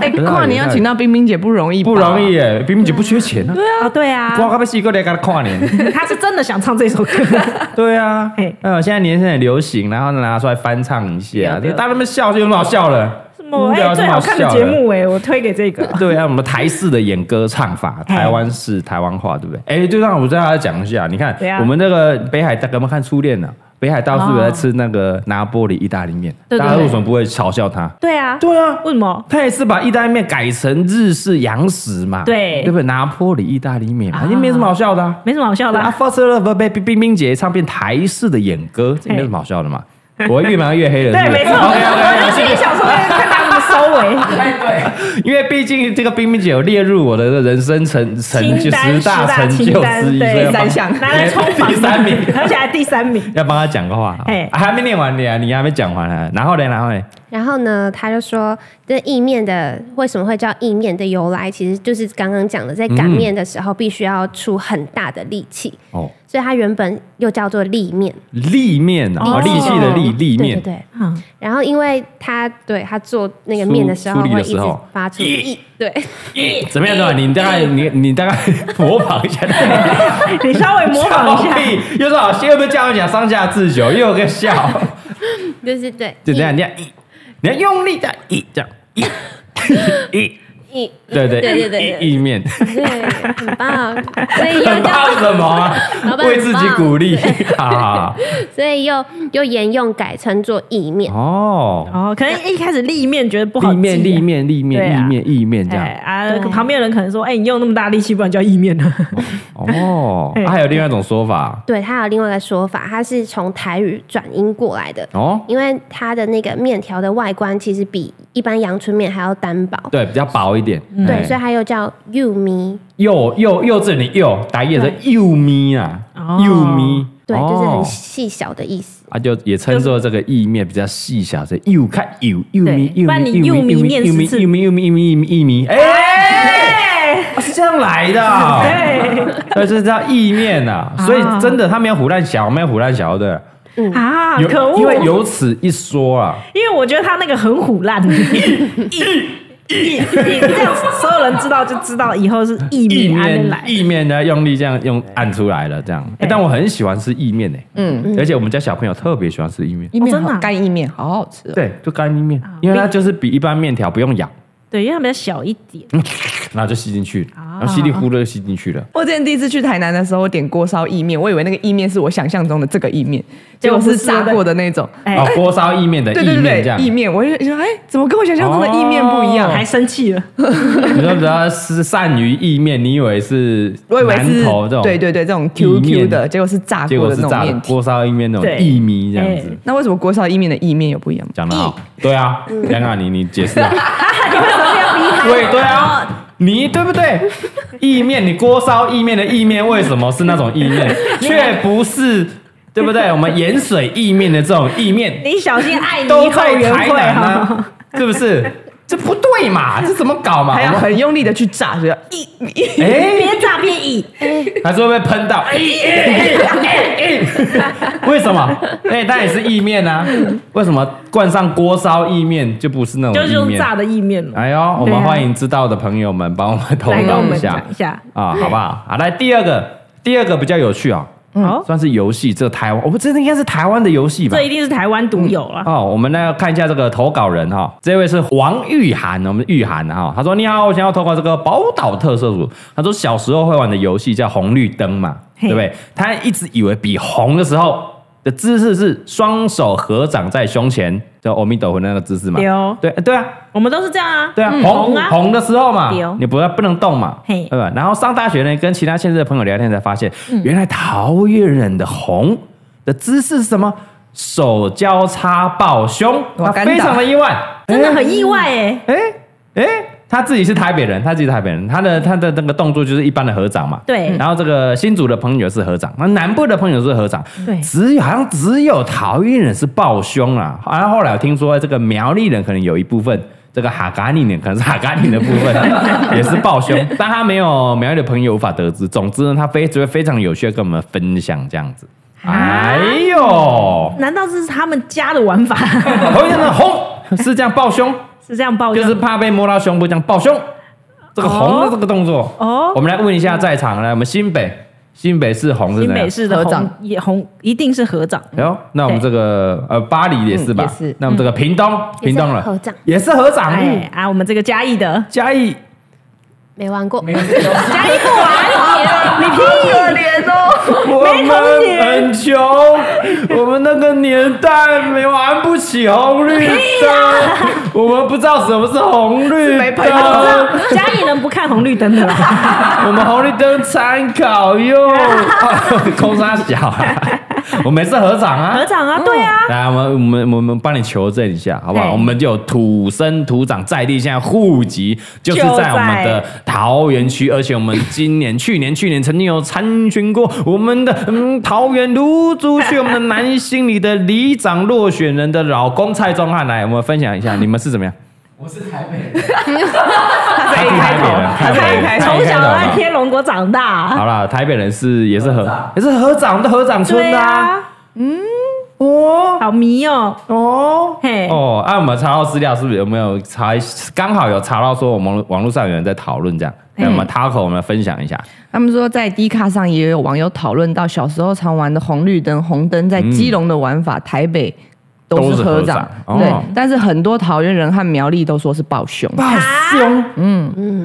[SPEAKER 3] 哎，跨年要请到冰冰姐不容易吧，
[SPEAKER 1] 不容易耶，冰冰姐不缺钱啊。
[SPEAKER 2] 啊，对
[SPEAKER 1] 刮
[SPEAKER 2] 啊，
[SPEAKER 1] 个被西哥来给他跨年。
[SPEAKER 2] 她是真的想唱这首歌。
[SPEAKER 1] 对啊
[SPEAKER 2] 嘿，
[SPEAKER 1] 呃，现在年轻人很流行，然后拿出来翻唱一下，
[SPEAKER 2] 对啊
[SPEAKER 1] 大家那么笑就有什么好笑了？嗯
[SPEAKER 2] 什么？
[SPEAKER 1] 无聊
[SPEAKER 2] 哎，
[SPEAKER 1] 有什
[SPEAKER 2] 最
[SPEAKER 1] 么
[SPEAKER 2] 好看的
[SPEAKER 1] 笑
[SPEAKER 2] 节目哎，我推给这个。
[SPEAKER 1] 对啊，我们台式的演歌唱法，
[SPEAKER 2] 哎
[SPEAKER 1] 台湾式台湾话，对不对？哎，就让我再讲一下，你看
[SPEAKER 2] 对啊
[SPEAKER 1] 我们那个北海道，我们看初恋呢，北海道是不是在
[SPEAKER 2] 哦
[SPEAKER 1] 吃那个拿玻璃意大利面？
[SPEAKER 2] 对对
[SPEAKER 1] 大家
[SPEAKER 2] 对
[SPEAKER 1] 为什么不会嘲笑他？
[SPEAKER 2] 对啊，
[SPEAKER 1] 对啊，
[SPEAKER 2] 为什么？
[SPEAKER 1] 他也是把意大利面改成日式洋食嘛，
[SPEAKER 2] 对
[SPEAKER 1] 对不对？拿玻璃意大利面嘛，也没什么好笑的啊。
[SPEAKER 2] 没什么好笑的
[SPEAKER 1] 啊
[SPEAKER 2] 啊。
[SPEAKER 1] ，First Love 被冰冰姐唱遍台式的演歌，这没什么好笑的嘛。我越描越黑了，
[SPEAKER 2] 对，没错，
[SPEAKER 1] 啊
[SPEAKER 2] 我就心里想说，哎看他怎么收尾。
[SPEAKER 1] 对， 因为毕竟这个冰冰姐有列入我的人生成成就
[SPEAKER 2] 清单
[SPEAKER 1] 十大成就
[SPEAKER 2] 十大
[SPEAKER 1] 之一，
[SPEAKER 2] 清单
[SPEAKER 1] 所
[SPEAKER 2] 对
[SPEAKER 1] 以要
[SPEAKER 3] 第
[SPEAKER 1] 帮哎
[SPEAKER 3] 三项
[SPEAKER 2] 拿来冲榜啊哎
[SPEAKER 1] 第三 名，
[SPEAKER 2] 而且还第三名。
[SPEAKER 1] 要帮她讲个话
[SPEAKER 2] 嘿。
[SPEAKER 1] 还没念完你啊，你还没讲完呢。然后呢，然后呢，
[SPEAKER 4] 然后呢，他就说这意面的为什么会叫意面的由来，其实就是刚刚讲的，在擀面的时候必须要出很大的力气，
[SPEAKER 1] 哦，
[SPEAKER 4] 所以它原本又叫做力面。
[SPEAKER 1] 力面啊，
[SPEAKER 2] 哦
[SPEAKER 1] 哦力气的力，力面
[SPEAKER 4] 对对对。
[SPEAKER 2] 嗯，
[SPEAKER 4] 然后因为它对它做那个
[SPEAKER 1] 出
[SPEAKER 4] 面的时候
[SPEAKER 1] 出力
[SPEAKER 4] 会
[SPEAKER 1] 的
[SPEAKER 4] 一
[SPEAKER 1] 时
[SPEAKER 4] 直
[SPEAKER 1] 候
[SPEAKER 4] 发出力，对，
[SPEAKER 1] 怎么样？怎
[SPEAKER 2] 哎
[SPEAKER 1] 么样？你大概你你大概 模仿一下，
[SPEAKER 2] 你稍 微模仿一
[SPEAKER 1] 笑
[SPEAKER 2] 下。
[SPEAKER 1] 屁，又说好，先不叫我讲上下自由，又有个笑。
[SPEAKER 4] 就是对，
[SPEAKER 1] 就这样，你要一，你要用力的一这样一 一，
[SPEAKER 4] 意
[SPEAKER 1] 对对
[SPEAKER 4] 对对对
[SPEAKER 1] 意意面，
[SPEAKER 4] 对，很棒，所以又
[SPEAKER 1] 很
[SPEAKER 4] 叫
[SPEAKER 1] 棒什么啊
[SPEAKER 4] 老？板
[SPEAKER 1] 为自己鼓励， 好好
[SPEAKER 4] 所以又又沿用改称做意面。
[SPEAKER 1] 好哦，
[SPEAKER 2] 哦，可能一开始立面觉得不好
[SPEAKER 1] 立
[SPEAKER 2] 记
[SPEAKER 1] 面立，面立
[SPEAKER 2] 对
[SPEAKER 1] 面
[SPEAKER 2] 啊
[SPEAKER 1] 意面意面这
[SPEAKER 2] 哎
[SPEAKER 1] 样
[SPEAKER 2] 啊，
[SPEAKER 4] 对
[SPEAKER 2] 旁边人可能说，哎，你用那么大力气，不然叫意面呢？
[SPEAKER 1] 哦
[SPEAKER 2] 哎，
[SPEAKER 1] 啊还有另外一种说法
[SPEAKER 4] 对，它有另外一个说法，它是从台语转音过来的，
[SPEAKER 1] 哦，
[SPEAKER 4] 因为它的那个面条的外观其实比一般阳春面还要单薄，
[SPEAKER 1] 对，比较薄一点，
[SPEAKER 2] 嗯
[SPEAKER 4] 对，
[SPEAKER 1] 哎
[SPEAKER 4] 所以它又叫幼米，
[SPEAKER 1] 幼幼幼稚园的幼，打叶的幼咪啊
[SPEAKER 2] 哦，
[SPEAKER 1] 幼咪，
[SPEAKER 4] 对，就是
[SPEAKER 1] 哦
[SPEAKER 4] 很细小的意思。
[SPEAKER 1] 啊，就也称作这个意面比较细小，所以又看又又米
[SPEAKER 2] 对
[SPEAKER 1] 又
[SPEAKER 2] 不然
[SPEAKER 1] 米
[SPEAKER 2] 你
[SPEAKER 1] 又米
[SPEAKER 2] 幼
[SPEAKER 1] 又
[SPEAKER 2] 米
[SPEAKER 1] 米
[SPEAKER 2] 念
[SPEAKER 1] 又米
[SPEAKER 2] 十次
[SPEAKER 1] 又米又米又米又米又米，哎，
[SPEAKER 2] 哎，
[SPEAKER 1] 是这样来的哦，
[SPEAKER 2] 对
[SPEAKER 1] 所以这叫意面呐。所以真的，他没有胡乱想，没有胡乱想的，
[SPEAKER 2] 啊，
[SPEAKER 1] 有
[SPEAKER 2] 可恶！
[SPEAKER 1] 因为由此一说啊，
[SPEAKER 2] 因为我觉得他那个很虎烂， 这样所有人知道就知道以后是意
[SPEAKER 1] 意
[SPEAKER 2] 面安
[SPEAKER 1] 面
[SPEAKER 2] 来。
[SPEAKER 1] 意面呢，用力这样用按出来了，这样。哎
[SPEAKER 2] 对
[SPEAKER 1] 但我很喜欢吃意面诶，
[SPEAKER 3] 嗯，
[SPEAKER 1] 而且我们家小朋友特别喜欢吃意面，
[SPEAKER 3] 意面
[SPEAKER 2] 哦真的
[SPEAKER 3] 好
[SPEAKER 2] 啊
[SPEAKER 3] 干意面好好吃哦，
[SPEAKER 1] 对，就干意面，因为它就是比一般面条不用咬，
[SPEAKER 2] 对，因为它比较小一点，
[SPEAKER 1] 嗯然后就吸进去，
[SPEAKER 2] 啊
[SPEAKER 1] 然后稀里糊涂就吸进去了。
[SPEAKER 3] 我之前第一次去台南的时候，我点锅烧意面，我以为那个意面是我想象中的这个意面，结果是炸过的那种。
[SPEAKER 2] 哎、
[SPEAKER 1] 哦，锅烧意面的
[SPEAKER 3] 对
[SPEAKER 1] 意
[SPEAKER 3] 对
[SPEAKER 1] 面这
[SPEAKER 3] 对，
[SPEAKER 1] 样，
[SPEAKER 3] 意面，我就想，哎，怎么跟我想象中的意面不一样？
[SPEAKER 2] 还生气了，
[SPEAKER 1] 哦你说比较是鳝鱼意面，你以为是
[SPEAKER 3] 我以为
[SPEAKER 1] 南
[SPEAKER 3] 是
[SPEAKER 1] 头这种，
[SPEAKER 3] 对对对，这种
[SPEAKER 1] 意
[SPEAKER 3] Q
[SPEAKER 1] 面
[SPEAKER 3] Q 的，结果是炸
[SPEAKER 1] 结
[SPEAKER 3] 过
[SPEAKER 1] 果
[SPEAKER 3] 的
[SPEAKER 1] 是
[SPEAKER 3] 那种
[SPEAKER 1] 炸的
[SPEAKER 3] 面体。
[SPEAKER 1] 锅烧意面那种
[SPEAKER 2] 对
[SPEAKER 1] 意米这样子
[SPEAKER 2] 哎。
[SPEAKER 3] 那为什么锅烧意面的意面有不一样吗？
[SPEAKER 1] 讲的好，对啊，杨雅妮，你解释啊，对对啊，你对不对？意面，你锅烧意面的意面为什么是那种意面，却不是对不对？我们盐水意面的这种意面，
[SPEAKER 2] 你小心爱你
[SPEAKER 1] 都
[SPEAKER 2] 后
[SPEAKER 1] 在
[SPEAKER 2] 援
[SPEAKER 1] 台
[SPEAKER 2] 会
[SPEAKER 1] 南啊哦
[SPEAKER 2] 哈、
[SPEAKER 1] 呢，是不是？这不对嘛？这怎么搞嘛？
[SPEAKER 3] 还要
[SPEAKER 1] 我们
[SPEAKER 3] 很用力的去炸，觉得意意
[SPEAKER 1] 哎，
[SPEAKER 2] 别炸别倚，
[SPEAKER 1] 还是会被喷到。哎哎哎哎哎为什么？哎，但也是意面啊。为什么灌上锅烧意面就不是那
[SPEAKER 2] 就
[SPEAKER 1] 种
[SPEAKER 2] 是
[SPEAKER 1] 意
[SPEAKER 2] 用
[SPEAKER 1] 面？
[SPEAKER 2] 炸的意面嘛，
[SPEAKER 1] 哎呦，我
[SPEAKER 2] 对
[SPEAKER 1] 们
[SPEAKER 2] 啊
[SPEAKER 1] 欢迎知道的朋友们帮我们投
[SPEAKER 2] 来跟我
[SPEAKER 1] 稿
[SPEAKER 2] 们
[SPEAKER 1] 一下
[SPEAKER 2] 讲一下。
[SPEAKER 1] 啊，好不好？啊，来第二个，第二个比较有趣啊，
[SPEAKER 2] 好、
[SPEAKER 1] 算是游戏，这台湾，我们这应该是台湾的游戏吧
[SPEAKER 2] 这？一定是台湾独有了。
[SPEAKER 1] 哦，我们呢看一下这个投稿人哈、这位是黄玉涵，我们玉涵哈、他说你好，我想要投稿这个宝岛特色组。他说小时候会玩的游戏叫红绿灯嘛，
[SPEAKER 2] 嘿
[SPEAKER 1] 对不对？他一直以为比红的时候的姿势是双手合掌在胸前，就阿弥陀佛那个姿势嘛
[SPEAKER 2] 对哦。
[SPEAKER 1] 对对啊，
[SPEAKER 2] 我们都是这样啊，
[SPEAKER 1] 对啊，
[SPEAKER 2] 嗯
[SPEAKER 1] 红
[SPEAKER 2] 红啊，
[SPEAKER 1] 红的时候嘛
[SPEAKER 2] 对哦，
[SPEAKER 1] 你不要不能动嘛，
[SPEAKER 2] 嘿嗯
[SPEAKER 1] 对吧？然后上大学呢，跟其他县市的朋友聊天才发现，原来桃园人的红的姿势是什么？手交叉抱胸，
[SPEAKER 3] 哇
[SPEAKER 1] 他非常的意外，
[SPEAKER 2] 真的很意外哎、
[SPEAKER 1] 哎哎。哎他自己是台北人，他自己是台北人，他的他的那个动作就是一般的合掌嘛。
[SPEAKER 2] 对
[SPEAKER 1] 然后这个新竹的朋友是合掌，那南部的朋友是合掌。
[SPEAKER 2] 对
[SPEAKER 1] 只有好像只有桃园人是抱胸啦。然后后来我听说这个苗栗人可能有一部分，这个哈嘎尼人可能是哈嘎尼的部 分啊也是抱胸，但他没有苗栗的朋友无法得知。总之呢，他非觉得非常有趣，跟我们分享这样子。
[SPEAKER 2] 啊
[SPEAKER 1] 哎呦，
[SPEAKER 2] 难道这是他们家的玩 法？
[SPEAKER 1] 桃园人的红是这样抱胸。
[SPEAKER 2] 哦是这样抱
[SPEAKER 1] 就
[SPEAKER 2] 怨？
[SPEAKER 1] 是怕被摸到胸部，这样抱胸，这个红的这个动作。
[SPEAKER 2] 哦
[SPEAKER 1] 我们来问一下在场来，我们新北，新北是红是
[SPEAKER 2] 新
[SPEAKER 1] 哪
[SPEAKER 2] 北
[SPEAKER 1] 样？
[SPEAKER 2] 市的
[SPEAKER 3] 合
[SPEAKER 2] 红
[SPEAKER 3] 掌
[SPEAKER 2] 也红，一定是合掌。
[SPEAKER 1] 哎呦，那我们这个呃巴黎也是吧？
[SPEAKER 3] 嗯也是
[SPEAKER 1] 那我们这个屏东，
[SPEAKER 4] 也
[SPEAKER 1] 屏
[SPEAKER 4] 是
[SPEAKER 1] 东哦了，
[SPEAKER 4] 合掌
[SPEAKER 1] 也是合掌。
[SPEAKER 2] 哎啊，我们这个嘉义的，
[SPEAKER 1] 嘉义
[SPEAKER 4] 没玩过，
[SPEAKER 2] 嘉义不玩，你屁！
[SPEAKER 1] 我们很穷，我们那个年代没玩不起红绿灯，我们不知道什么是红绿
[SPEAKER 3] 没朋友
[SPEAKER 1] 灯，
[SPEAKER 2] 嘉义人不看红绿灯的啦，
[SPEAKER 1] 我们红绿灯参考用， 空沙小 啊，我们是合掌啊
[SPEAKER 2] 合。掌啊，对啊，
[SPEAKER 1] 来，我们我们我们帮你求证一下，好不好？
[SPEAKER 2] 对
[SPEAKER 1] 我们就有土生土长在地，现在户籍就是在我们的桃园区，而且我们今年、去年、去年曾经有参选过我们的嗯桃园芦竹区，我们的南兴里的里长落选人的老公蔡宗翰，啊来，我们分享一下，你们是怎么样？
[SPEAKER 5] 我是台北人，
[SPEAKER 1] 他
[SPEAKER 3] 他在一
[SPEAKER 1] 是
[SPEAKER 3] 开
[SPEAKER 1] 台北
[SPEAKER 3] 头
[SPEAKER 1] 人，
[SPEAKER 3] 他在一
[SPEAKER 1] 台
[SPEAKER 3] 开头
[SPEAKER 1] 北
[SPEAKER 2] 从
[SPEAKER 1] 人
[SPEAKER 2] 小都在天龙国长大，
[SPEAKER 1] 好啦，台北人是也是
[SPEAKER 5] 合
[SPEAKER 1] 合
[SPEAKER 5] 掌
[SPEAKER 1] 也是合掌的合掌村
[SPEAKER 2] 对
[SPEAKER 1] 的啊，
[SPEAKER 2] 啊，嗯，好迷哦，
[SPEAKER 1] 哦
[SPEAKER 2] 嘿
[SPEAKER 1] 哦，啊，我们查到资料是不是有没有查？刚好有查到说我们网络上有人在讨论这样，那我们 Taco 我们分享一下，
[SPEAKER 3] 他们说在 D 卡上也有网友讨论到小时候常玩的红绿灯、红灯在基隆的玩法，台北都是
[SPEAKER 1] 都是合
[SPEAKER 3] 合掌，
[SPEAKER 1] 掌
[SPEAKER 3] 对
[SPEAKER 1] 哦。
[SPEAKER 3] 但是很多桃园人和苗栗都说是抱胸，
[SPEAKER 1] 凶